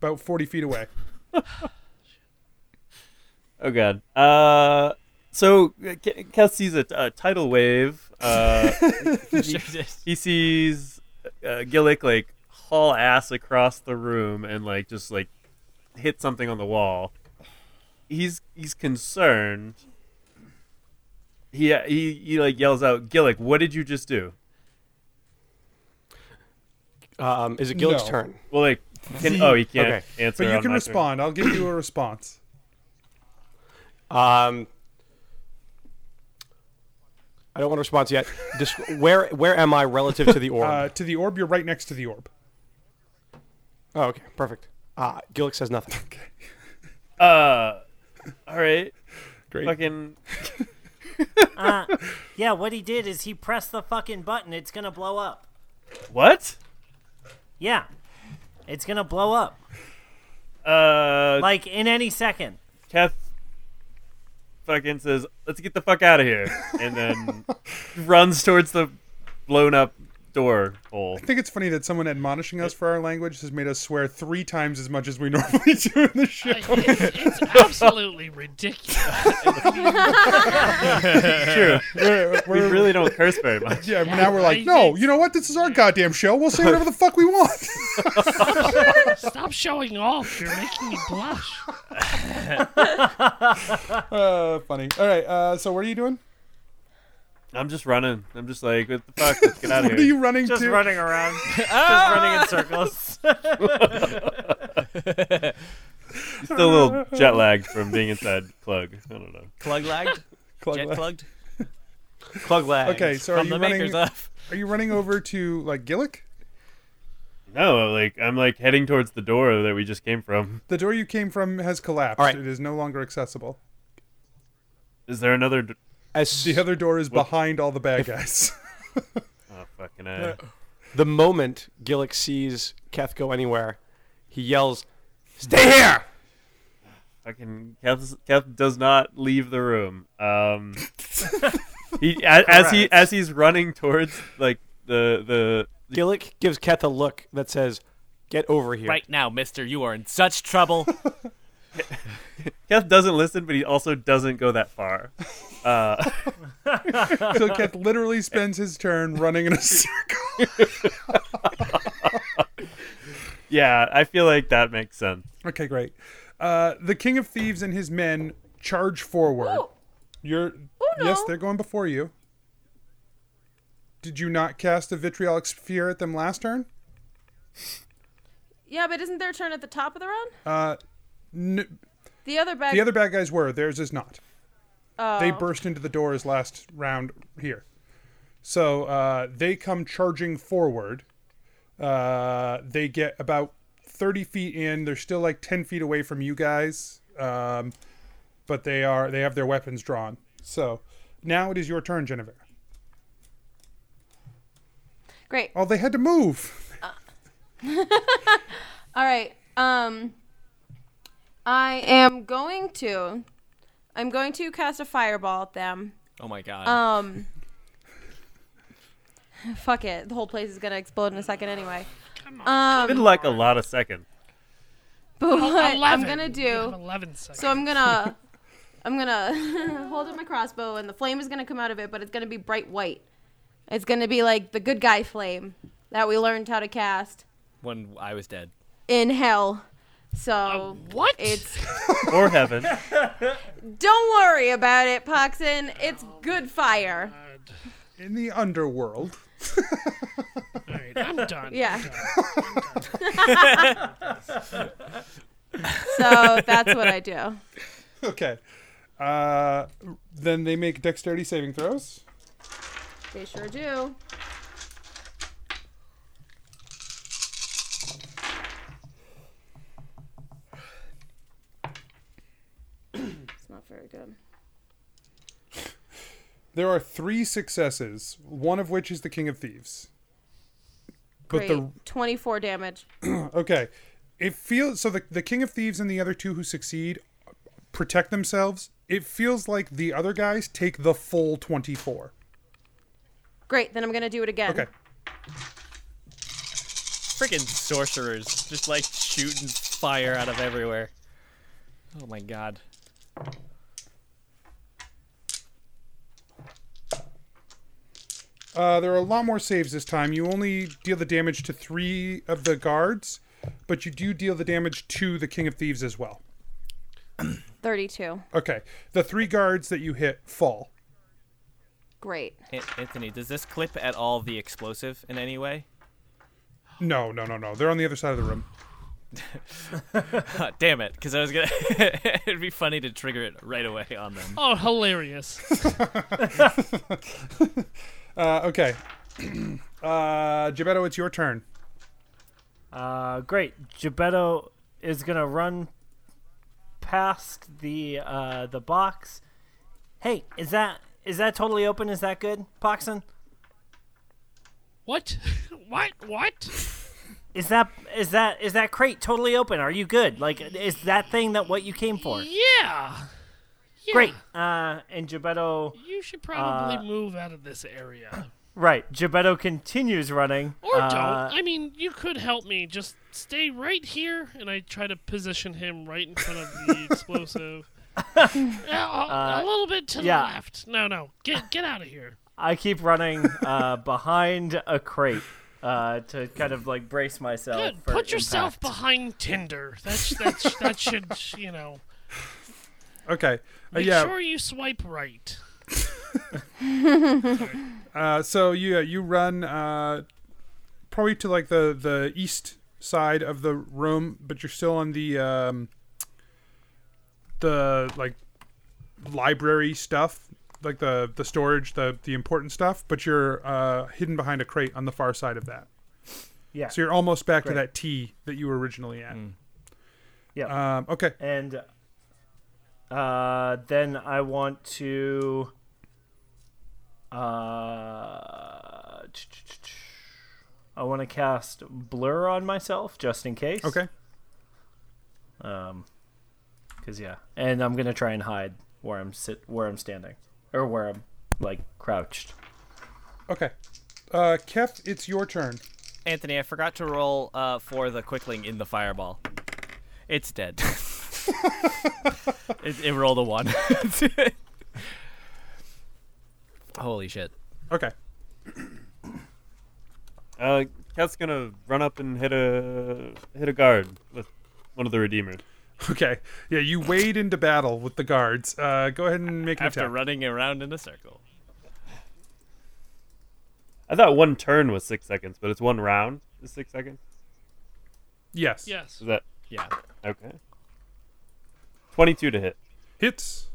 S1: About 40 feet away.
S4: Oh god. Uh, so uh, Ke- Kel sees a, a tidal wave. Uh, he, he sees uh, Gillick like haul ass across the room and like just like hit something on the wall. He's he's concerned. He uh, he he like yells out, Gillick, what did you just do?
S8: Um, is it Gillick's
S1: No.
S8: turn?
S4: Well, like, can, oh, he can't
S8: Okay.
S4: answer.
S1: But you
S4: on
S1: can
S4: my turn.
S1: respond. I'll give you a response.
S8: Um, I don't want a response yet. Just where where am I relative to the orb?
S1: Uh, to the orb, you're right next to the orb.
S8: oh, okay, perfect. Ah, Gillick says nothing.
S4: Uh, all right.
S1: Great.
S4: Fucking
S11: Uh, yeah, what he did is he pressed the fucking button. It's gonna blow up.
S4: what?
S11: Yeah, it's gonna blow up.
S4: Uh,
S11: Like in any second.
S4: Keth fucking says, "Let's get the fuck out of here," and then runs towards the blown up door hole.
S1: I think it's funny that someone admonishing us for our language has made us swear three times as much as we normally do in the show.
S2: It's, it's absolutely ridiculous.
S4: True. We really don't curse very much.
S1: Yeah, but now we're like, no, you know what? This is our goddamn show. We'll say whatever the fuck we want.
S2: Stop showing off. You're making me blush.
S1: uh, funny. All right. Uh, so what are you doing?
S4: I'm just running. I'm just like, "What the fuck? Let's get out of here."
S1: What are you running
S11: Just
S1: to?
S11: running around. just running in circles.
S4: Still a little jet lagged from being inside Clug. I don't know.
S10: Clug lagged?
S1: Clug
S10: Jet
S1: lag.
S10: clugged?
S4: Clug lag.
S1: Okay. So are
S10: From
S1: you
S10: the
S1: running?
S10: makers of.
S1: Are you running over to like Gillick?
S4: No, like I'm like heading towards the door that we just came from.
S1: The door you came from has collapsed.
S8: All right.
S1: It is no longer accessible.
S4: Is there another? D-
S8: As
S1: The other door is behind all the bad guys.
S4: oh fucking a.
S8: the moment Gillick sees Keth go anywhere, he yells, "Stay here!"
S4: Fucking Keth, Keth does not leave the room. Um, he as, as he
S11: Correct.
S4: as he's running towards like the the
S8: Gillick gives Keth a look that says, "Get over here!"
S13: Right now, mister, you are in such trouble.
S4: Keth doesn't listen, but he also doesn't go that far. Uh,
S1: so Keth literally spends his turn running in a circle.
S4: yeah, I feel like that makes sense.
S1: Okay, great. Uh, the King of Thieves and his men charge forward.
S3: Oh.
S1: You're yes, they're going before you. Did you not cast a vitriolic sphere at them last turn?
S3: Yeah, but isn't their turn at the top of the round?
S1: Uh, n-
S3: The other bad.
S1: Uh, The other bad guys were. Theirs is not.
S3: Oh.
S1: They burst into the doors last round here. So uh, they come charging forward. Uh, they get about 30 feet in. They're still like 10 feet away from you guys. Um, but they are they have their weapons drawn. So now it is your turn, Genevieve.
S3: Great.
S1: Oh, they had to move.
S3: All right. Um, I am going to, I'm going to cast a fireball at them.
S10: Oh my god.
S3: Um, fuck it. The whole place is gonna explode in a second anyway. Um,
S4: Been like a lot of second.
S3: But
S2: Oh,
S3: what I'm
S2: 11.
S3: gonna do?
S2: You have 11 seconds.
S3: So I'm gonna, I'm gonna hold up my crossbow, and the flame is gonna come out of it, but it's gonna be bright white. It's gonna be like the good guy flame that we learned how to cast
S10: When I was dead.
S3: in hell. So what? It's
S4: or heaven.
S3: don't worry about it, Poxin. It's good fire.
S1: In the underworld.
S2: I'm done.
S3: Yeah.
S2: I'm done. I'm done.
S3: so that's what I do.
S1: Okay. Uh, then they make dexterity saving throws.
S3: They sure do. it's not very good.
S1: There are three successes, one of which is the King of Thieves. But
S3: Great.
S1: the
S3: 24 damage.
S1: okay. It feels so the, the King of Thieves and the other two who succeed protect themselves. It feels like the other guys take the full 24.
S3: Great, then I'm going to do it again.
S1: Okay.
S13: Freaking sorcerers, just like shooting fire out of everywhere. Oh my god.
S1: Uh, there are a lot more saves this time. You only deal the damage to three of the guards, but you do deal the damage to the King of Thieves as well.
S3: 32.
S1: Okay. The three guards that you hit fall.
S3: Great.
S10: An- Anthony, does this clip at all the explosive in any way?
S1: No, no, no, no. They're on the other side of the room.
S13: Damn it, because I was gonna. It'd be funny to trigger it right away on them.
S2: Oh, hilarious.
S1: Uh, okay. uh, Gebetto, it's your turn.
S11: Uh, great. Gebetto is gonna run past the uh, the box. Hey, is that is that totally open? Is that good, Poxon?
S2: What? What? What?
S11: Is that is that is that crate totally open? Are you good? Like, is that thing that what you came for?
S2: Yeah. Yeah.
S11: Great. Uh, and Gebetto.
S2: You should probably
S11: uh,
S2: move out of this area.
S11: Right. Gebetto continues running.
S2: Or
S11: uh,
S2: don't. I mean, you could help me. Just stay right here, and I try to position him right in front of the explosive. Yeah, a, a
S11: Uh,
S2: little bit to
S11: yeah.
S2: the left. No, no. Get get out of here.
S11: I keep running uh, behind a crate uh, to kind of like brace myself.
S2: Good.
S11: Oh, for
S2: Put yourself
S11: impact.
S2: behind Tinder. That's that. that should you know.
S1: Okay. Uh,
S2: Make
S1: yeah.
S2: sure you swipe right.
S1: Uh, so you you run uh, probably to like the the east side of the room, but you're still on the um, the like library stuff, like the the storage, the the important stuff. But you're uh, hidden behind a crate on the far side of that.
S11: Yeah.
S1: So you're almost back to
S11: Great.
S1: that T that you were originally at.
S2: Mm.
S11: Yeah.
S1: Um, okay.
S11: And uh, then I want to. Uh, I want to cast blur on myself just in case.
S1: Okay.
S11: Um, cause yeah, and I'm gonna try and hide where I'm sit where I'm standing or where I'm like crouched.
S1: Okay. Uh, Kef, it's your turn.
S13: Anthony, I forgot to roll uh, for the quickling in the fireball. It's dead. it, it rolled a one. Holy shit.
S1: Okay.
S4: Uh, Cat's gonna run up and hit a hit a guard with one of the redeemers.
S1: Okay. Yeah, you wade into battle with the guards. Uh, go ahead and make an
S13: After
S1: attack.
S13: running around in a circle.
S4: I thought one turn was six seconds, but it's one round is six seconds.
S1: Yes.
S2: Yes.
S4: Is that
S13: Yeah.
S4: okay? 22 to hit.
S1: Hits.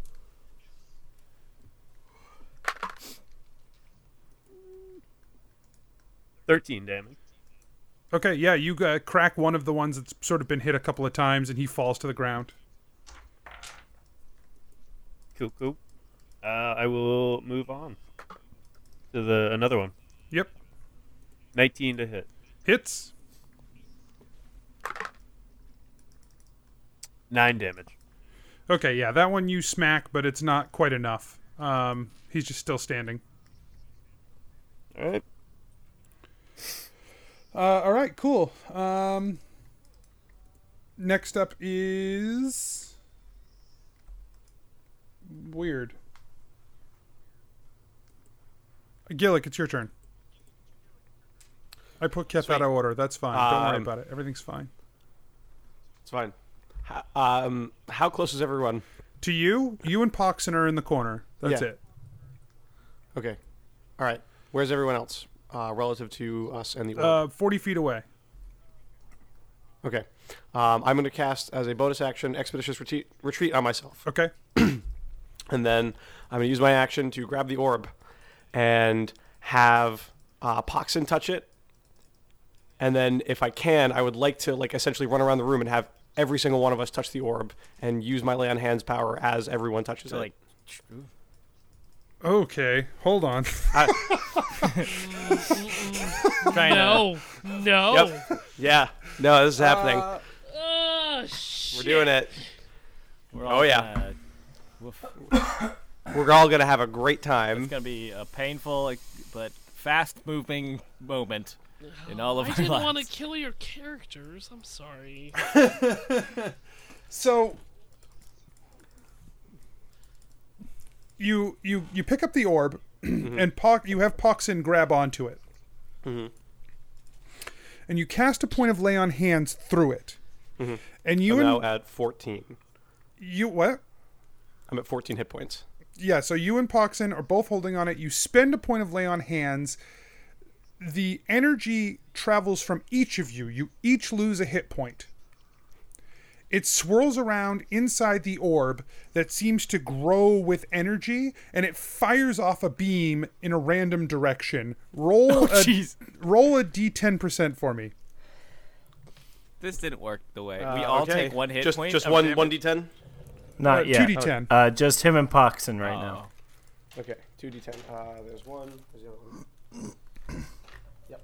S4: Thirteen damage.
S1: Okay, yeah, you uh, crack one of the ones that's sort of been hit a couple of times, and he falls to the ground.
S4: Cool, cool. Uh, I will move on to the another one.
S1: Yep.
S4: Nineteen to hit.
S1: Hits.
S4: Nine damage.
S1: Okay, yeah, that one you smack, but it's not quite enough. Um, he's just still standing.
S4: All right.
S1: Uh, all right, cool. Um, next up is weird. Gillick, it's your turn. I put Kef out of order. That's fine. Don't worry
S8: Um,
S1: about it. Everything's fine.
S8: It's fine. H- um, how close is everyone?
S1: To you, you and Poxon are in the corner. That's
S8: Yeah.
S1: it.
S8: Okay. All right. Where's everyone else uh, relative to us and the orb?
S1: Uh, Forty feet away.
S8: okay. Um, I'm going to cast as a bonus action expeditious retreat, retreat on myself.
S1: Okay.
S8: and then I'm going to use my action to grab the orb and have uh, Poxon touch it. And then, if I can, I would like to like essentially run around the room and have every single one of us touch the orb and use my lay on hands power as everyone touches it.
S10: like,
S1: Okay, hold on.
S8: Trying to-
S2: no, no.
S8: Yep. Yeah. No, this is happening.
S2: Uh, oh, shit.
S8: We're doing it. oh
S13: all
S8: yeah.
S13: gonna- Woof.
S8: We're all gonna have a great time.
S13: It's gonna be a painful like, but fast-moving moment in all of
S2: I
S13: our
S2: didn't
S13: lives.
S2: want to kill your characters. I'm sorry.
S1: So you you you pick up the orb,
S8: Mm-hmm.
S1: and Pox you have Poxin grab onto it, and you cast a point of lay on hands through it,
S8: Mhm.
S1: and you
S8: I'm
S1: and
S8: now at 14.
S1: you what?
S8: I'm at 14 hit points.
S1: Yeah, so you and Poxin are both holding on it. You spend a point of lay on hands. The energy travels from each of you. You each lose a hit point. It swirls around inside the orb that seems to grow with energy, and it fires off a beam in a random direction. Roll
S13: Oh,
S1: a
S13: jeez.
S1: roll a d10 percent for me.
S13: This didn't work the way
S8: we all Uh, okay. take one hit Just- point just of one- damage? one d10?
S11: Not
S8: Uh,
S11: yet.
S8: 2d10.
S11: Uh, just him and Poxon
S13: Oh.
S2: Oh.
S11: right now.
S8: Okay, 2d10. Uh, there's one. There's the other one. Yep.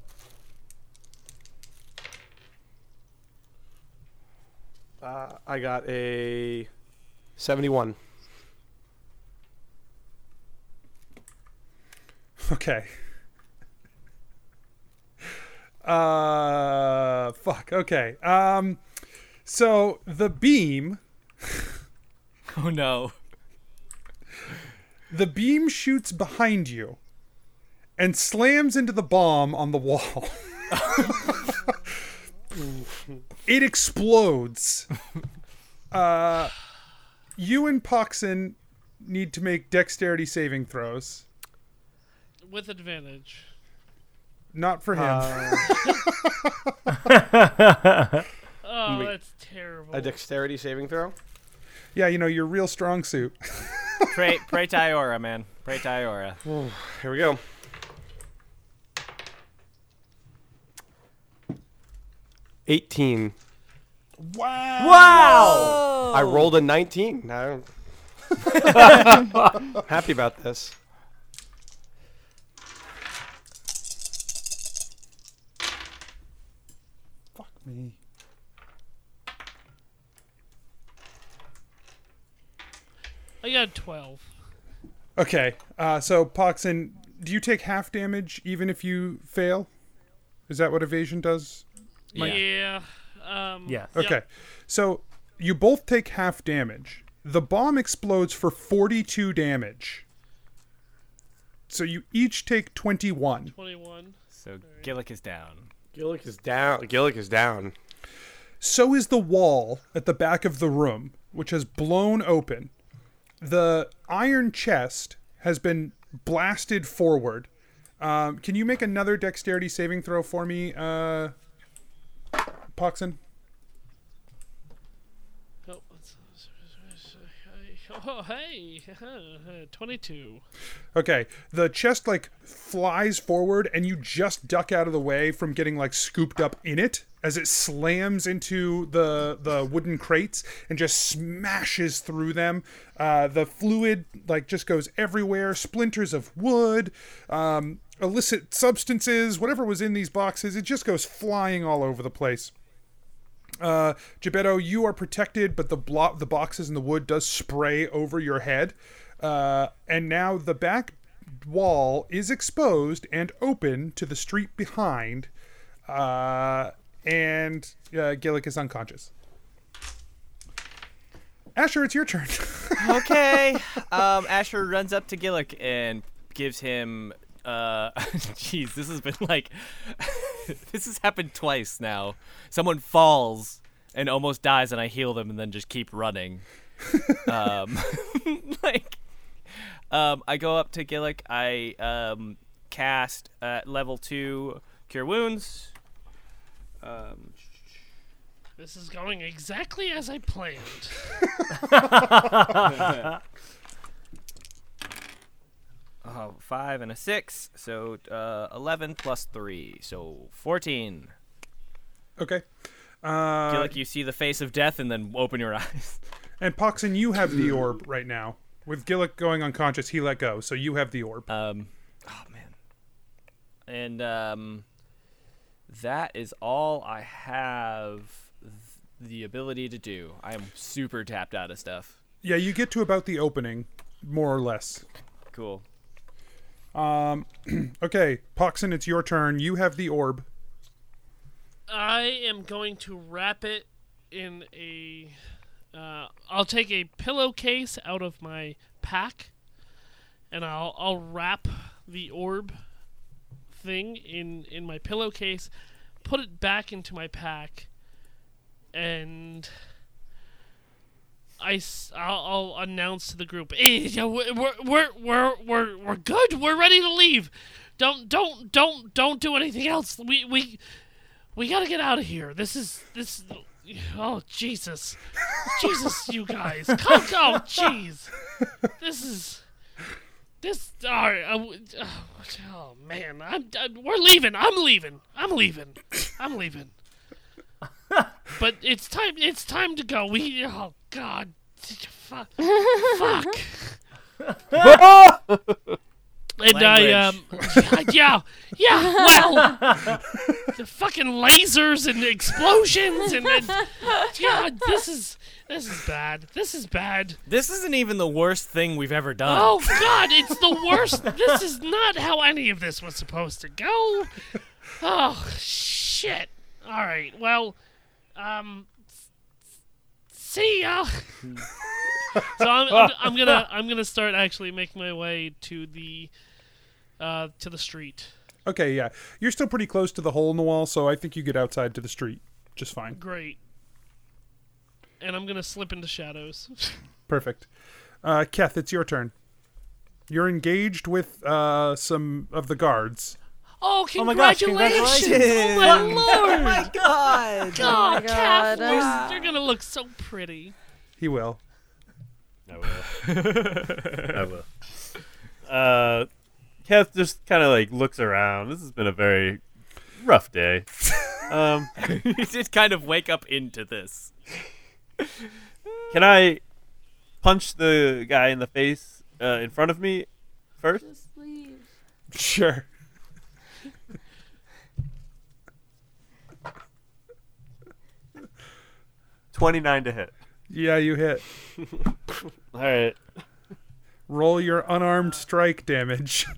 S8: Uh, I got a 71.
S1: Okay. Uh fuck. Okay. Um so the beam
S13: Oh no.
S1: the beam shoots behind you and slams into the bomb on the wall. it explodes. Uh you and Poxon need to make dexterity saving throws.
S2: With advantage.
S1: Not for him.
S8: Uh.
S2: Oh,
S8: Wait.
S2: that's terrible.
S8: A dexterity saving throw?
S1: yeah, you know, your real strong suit.
S13: Pray, pray to Iora, man. Pray to Iora.
S8: Here we go. Eighteen.
S1: Wow.
S8: I rolled a nineteen. I don't- Happy about this.
S1: Me.
S2: I got 12.
S1: Okay. Uh, so Poxin, do you take half damage even if you fail? Is that what evasion does? Mike?
S2: Yeah. Um,
S1: Okay. So you both take half damage. The bomb explodes for 42 damage. So you each take 21.
S2: 21.
S13: So Gillick is down.
S8: Gillick is down. Gillick is down.
S1: So is the wall at the back of the room, which has blown open. The iron chest has been blasted forward. Um, can you make another dexterity saving throw for me, uh, Poxon?
S2: Oh, that's- Oh, hey, twenty-two.
S1: Okay, the chest like flies forward, and you just duck out of the way from getting like scooped up in it as it slams into the the wooden crates and just smashes through them. Uh, the fluid like just goes everywhere, splinters of wood, um, illicit substances, whatever was in these boxes, it just goes flying all over the place. Uh, Gebetto, you are protected, but the blo- the boxes and the wood does spray over your head. Uh, and now the back wall is exposed and open to the street behind. Uh, and uh, Gillick is unconscious. Asher, it's your turn.
S10: okay. Um, Asher runs up to Gillick and gives him. Uh, jeez, this has been like, this has happened twice now. Someone falls and almost dies, and I heal them, and then just keep running. um, like, um, I go up to Gillick. I um, cast at level two cure wounds. Um,
S2: This is going exactly as I planned.
S10: Oh, five and a six, so uh, eleven plus three, so fourteen.
S1: Okay. Uh,
S10: Gillick, you see the face of death, and then open your eyes.
S1: And Poxon, you have the orb right now. With Gillick going unconscious, he let go, so you have the orb.
S10: Um, And um, that is all I have th- the ability to do. I am super tapped out of stuff.
S1: yeah, you get to about the opening, more or less.
S10: Cool.
S1: Um, okay, Poxon, it's your turn. You have the orb.
S2: I am going to wrap it in a. Uh, I'll take a pillowcase out of my pack, and I'll I'll wrap the orb thing in in my pillowcase, put it back into my pack, and. I will announce to the group. "Eh, yeah, we're, we're, we're, we're, we're, we're good. We're ready to leave. Don't don't don't don't do anything else. We we we gotta get out of here. This is this. Oh Jesus, Jesus, you guys, come go, jeez. This is this. All right, I w- oh, oh, man, I'm, i we're leaving. I'm leaving. I'm leaving. I'm leaving. but it's time. It's time to go. We. Oh God. Fuck. fuck. And I um yeah yeah well the fucking lasers and explosions and then, God this is this is bad this is bad
S13: This isn't even the worst thing we've ever done.
S2: oh God it's the worst this is not how any of this was supposed to go oh shit all right well um s- s- see ya so I'm, I'm, I'm gonna I'm gonna start actually making my way to the uh, to the street.
S1: Okay, yeah. You're still pretty close to the hole in the wall, so I think you get outside to the street just fine.
S2: Great. And I'm gonna slip into shadows.
S1: Perfect. Uh, Keth, it's your turn. You're engaged with uh, some of the guards.
S2: oh,
S11: Oh my gosh,
S2: congratulations! Oh my
S11: congratulations.
S2: lord!
S11: Oh my God.
S2: God,
S11: Oh my
S2: Kath,
S11: God.
S2: you're-
S11: Ah.
S2: you're gonna look so pretty.
S1: He will.
S4: I will. I will. Uh, Kath just kind of like looks around. This has been a very rough day. Um,
S13: you did kind of wake up into this.
S4: can I punch the guy in the face uh, in front of me first?
S1: Sure.
S4: Twenty-nine to hit.
S1: Yeah, you hit.
S4: All right.
S1: Roll your unarmed strike damage.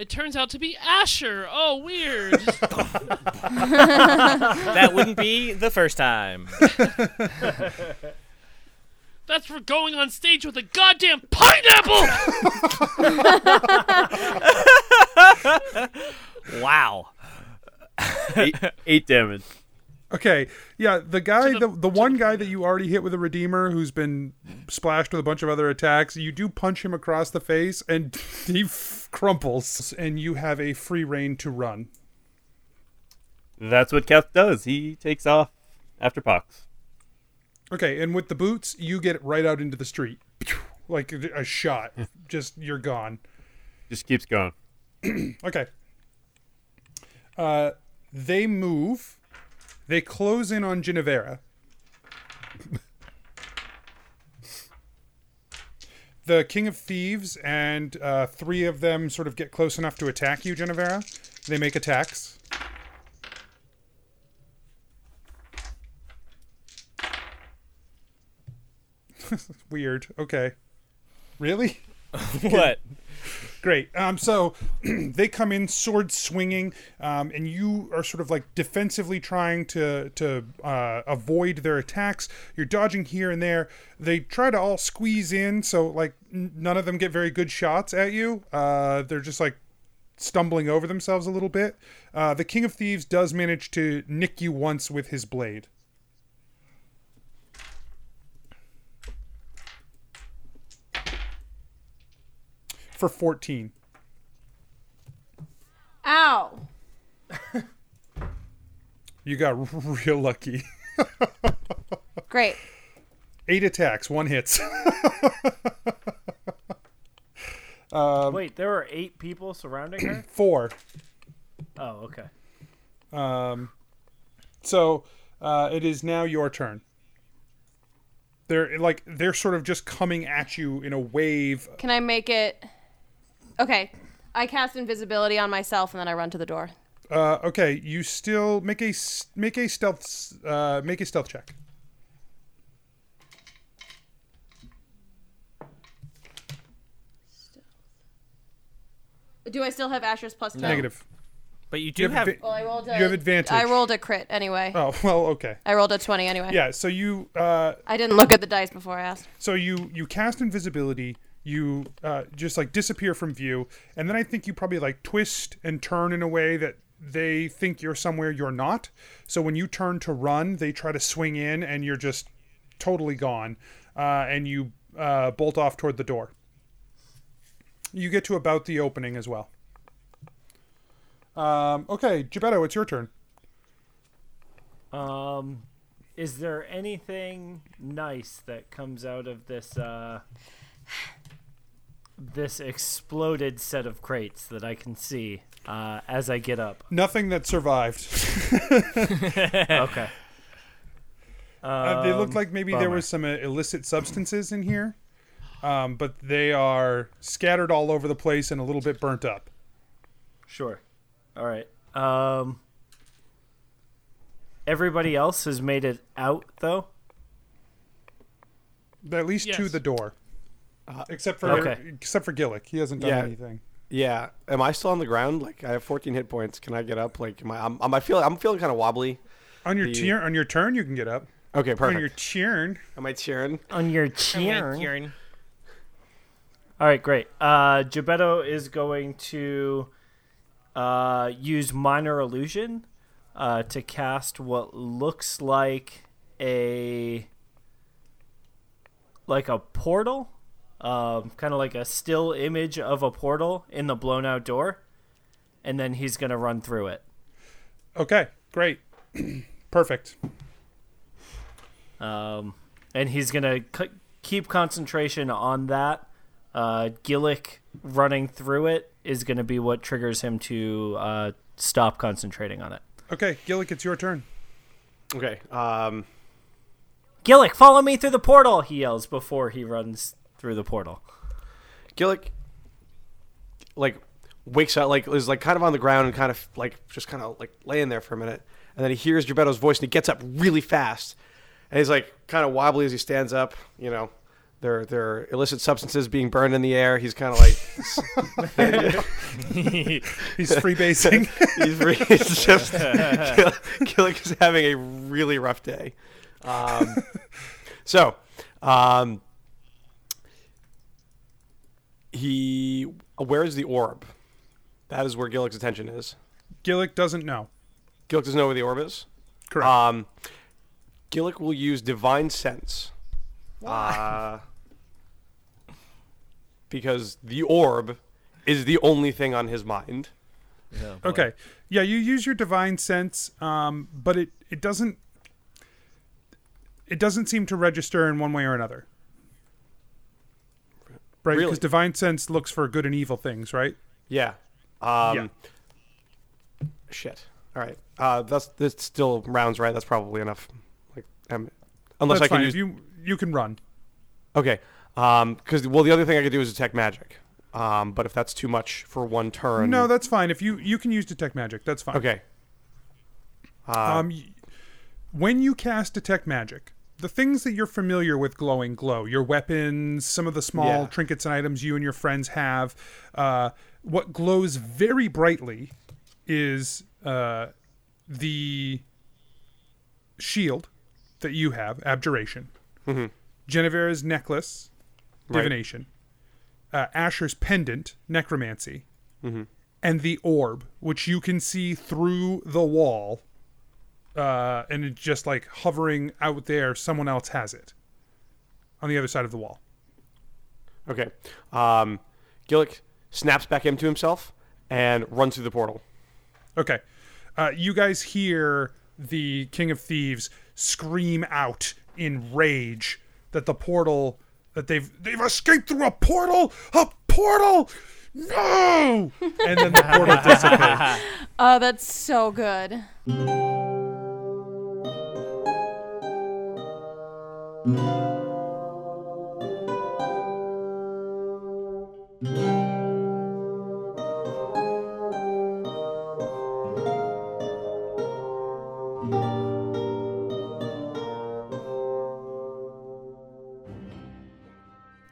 S2: It turns out to be Asher. Oh, weird.
S13: that wouldn't be the first time.
S2: That's for going on stage with a goddamn pineapple.
S13: wow.
S4: eight, eight damage.
S1: Okay, yeah, the guy, the, the one guy that you already hit with a redeemer who's been splashed with a bunch of other attacks, you do punch him across the face and he f- crumples, and you have a free reign to run.
S4: That's what Kath does. He takes off after Pox.
S1: Okay, and with the boots, you get right out into the street, like a shot. Just you're gone.
S4: Just keeps going.
S1: okay. Uh, they move. They close in on Ginevra. the King of Thieves and uh, three of them sort of get close enough to attack you, Ginevra. They make attacks. Weird. Okay. Really?
S13: what?
S1: Great. Um, so they come in, sword swinging, um, and you are sort of like defensively trying to to uh, avoid their attacks. You're dodging here and there. They try to all squeeze in, so like n- none of them get very good shots at you. Uh, they're just like stumbling over themselves a little bit. Uh, the King of Thieves does manage to nick you once with his blade. for 14.
S3: Ow.
S1: You got r- real lucky.
S3: Great.
S1: Eight attacks, one hits. um,
S11: Wait, there were eight people surrounding her.
S1: Four.
S11: Oh, okay.
S1: Um, so uh, it is now your turn. They're like they're sort of just coming at you in a wave.
S3: Can I make it? Okay. I cast invisibility on myself and then I run to the door.
S1: Uh, okay, you still make a s- make a stealth s- uh, make a stealth check.
S3: Do I still have Asher's plus two?
S1: Negative.
S13: But you
S1: do You have have- adva-
S3: well, I rolled a,
S1: you have advantage.
S3: I rolled a crit anyway.
S1: Oh well, okay.
S3: I rolled a 20 anyway.
S1: Yeah, so you uh,
S3: I didn't look at the dice before I asked.
S1: So you you cast invisibility, you uh, just like disappear from view, and then I think you probably like twist and turn in a way that they think you're somewhere you're not. So when you turn to run, they try to swing in, and you're just totally gone, uh, and you uh, bolt off toward the door. You get to about the opening as well. Um, okay, Gebetto, it's your turn.
S11: Um, is there anything nice that comes out of this uh, this exploded set of crates that I can see uh, as I get up?
S1: Nothing that survived.
S11: okay.
S1: Uh, they looked
S11: Um,
S1: like maybe there
S11: bummer.
S1: was some uh, illicit substances in here, um, but they are scattered all over the place and a little bit burnt up.
S11: Sure. All right. Um, everybody else has made it out though.
S1: At least to
S11: Yes.
S1: the door, except for
S11: okay.
S1: except for Gillick. He hasn't done
S8: yeah.
S1: anything.
S8: Yeah. Am I still on the ground? Like I have 14 hit points. Can I get up? Like am I? I'm, I'm I feel I'm feeling kind of wobbly.
S1: On your
S8: The-
S1: tier, on your turn, you can get up.
S8: Okay,
S1: On
S8: perfect.
S1: your cheering.
S8: Am I cheering?
S11: On your All right, great. Uh, Gebetto is going to uh, use minor illusion uh, to cast what looks like a like a portal, um, kind of like a still image of a portal in the blown out door, and then he's going to run through it.
S1: Okay, great, perfect.
S11: Um, and he's gonna c- keep concentration on that. Uh, Gillick running through it is gonna be what triggers him to uh, stop concentrating on it.
S1: Okay, Gillick, it's your turn.
S8: Okay. Um.
S11: Gillick, follow me through the portal! He yells before he runs through the portal.
S8: Gillick like wakes up like is like kind of on the ground and kind of like just kind of like laying there for a minute and then he hears Gebetto's voice and he gets up really fast and he's like kind of wobbly as he stands up you know there there are illicit substances being burned in the air he's kind of like
S1: He's freebasing.
S8: he's, free, he's just Gillick is having a really rough day um, so um he where is the orb? That is where Gillick's attention is.
S1: Gillick doesn't know.
S8: Gillick doesn't know where the orb is. Correct. Um, Gillick will use divine sense. Why? Uh, because the orb is the only thing on his mind.
S1: Okay. Yeah, you use your divine sense, um, but it it doesn't it doesn't seem to register in one way or another. Right? Because
S8: Really?
S1: divine sense looks for good and evil things, right?
S8: Yeah. Um,
S1: Yeah.
S8: Shit. All right. Uh, that's this still rounds right. That's probably enough. Like, um, unless
S1: That's
S8: I can
S1: fine.
S8: use
S1: If you you can run.
S8: Okay. Um, because well, the other thing I could do is detect magic. Um, but if that's too much for one turn,
S1: No, that's fine. If you you can use detect magic, that's fine.
S8: Hmm. Okay. Uh,
S1: Um, y- when you cast detect magic, the things that you're familiar with glowing glow. Your weapons, some of the small
S8: Yeah.
S1: trinkets and items you and your friends have. Uh, what glows very brightly is uh, the shield that you have, abjuration.
S8: Mhm.
S1: Genevieve's necklace,
S8: Right.
S1: divination. Uh, Asher's pendant, necromancy
S8: mhm.
S1: and the orb, which you can see through the wall, uh, and it's just like hovering out there. Someone else has it on the other side of the wall.
S8: Okay. Um, Gillick snaps back into himself and runs through the portal.
S1: Okay, uh, you guys hear the King of Thieves scream out in rage that the portal that they've they've escaped through a portal, a portal. No, and then the portal dissipates.
S3: Oh, that's so good.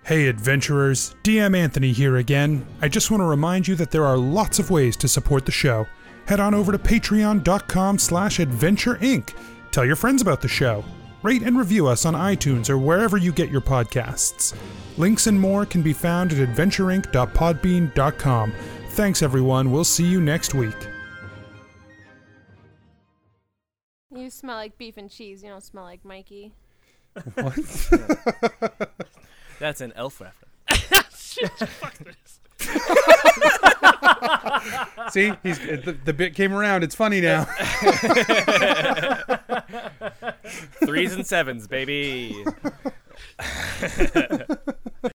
S15: Hey, adventurers, DM Anthony here again. I just want to remind you that there are lots of ways to support the show. Head on over to patreon.com slash adventure inc. Tell your friends about the show. Rate and review us on iTunes or wherever you get your podcasts. Links and more can be found at adventureinc.podbean.com. Thanks, everyone. We'll see you next week.
S3: You smell like beef and cheese. You don't smell like Mikey.
S1: What?
S13: That's an elf reference.
S3: Shit, fuck this.
S1: See, he's the, the bit came around. It's funny now.
S13: Threes and sevens, baby.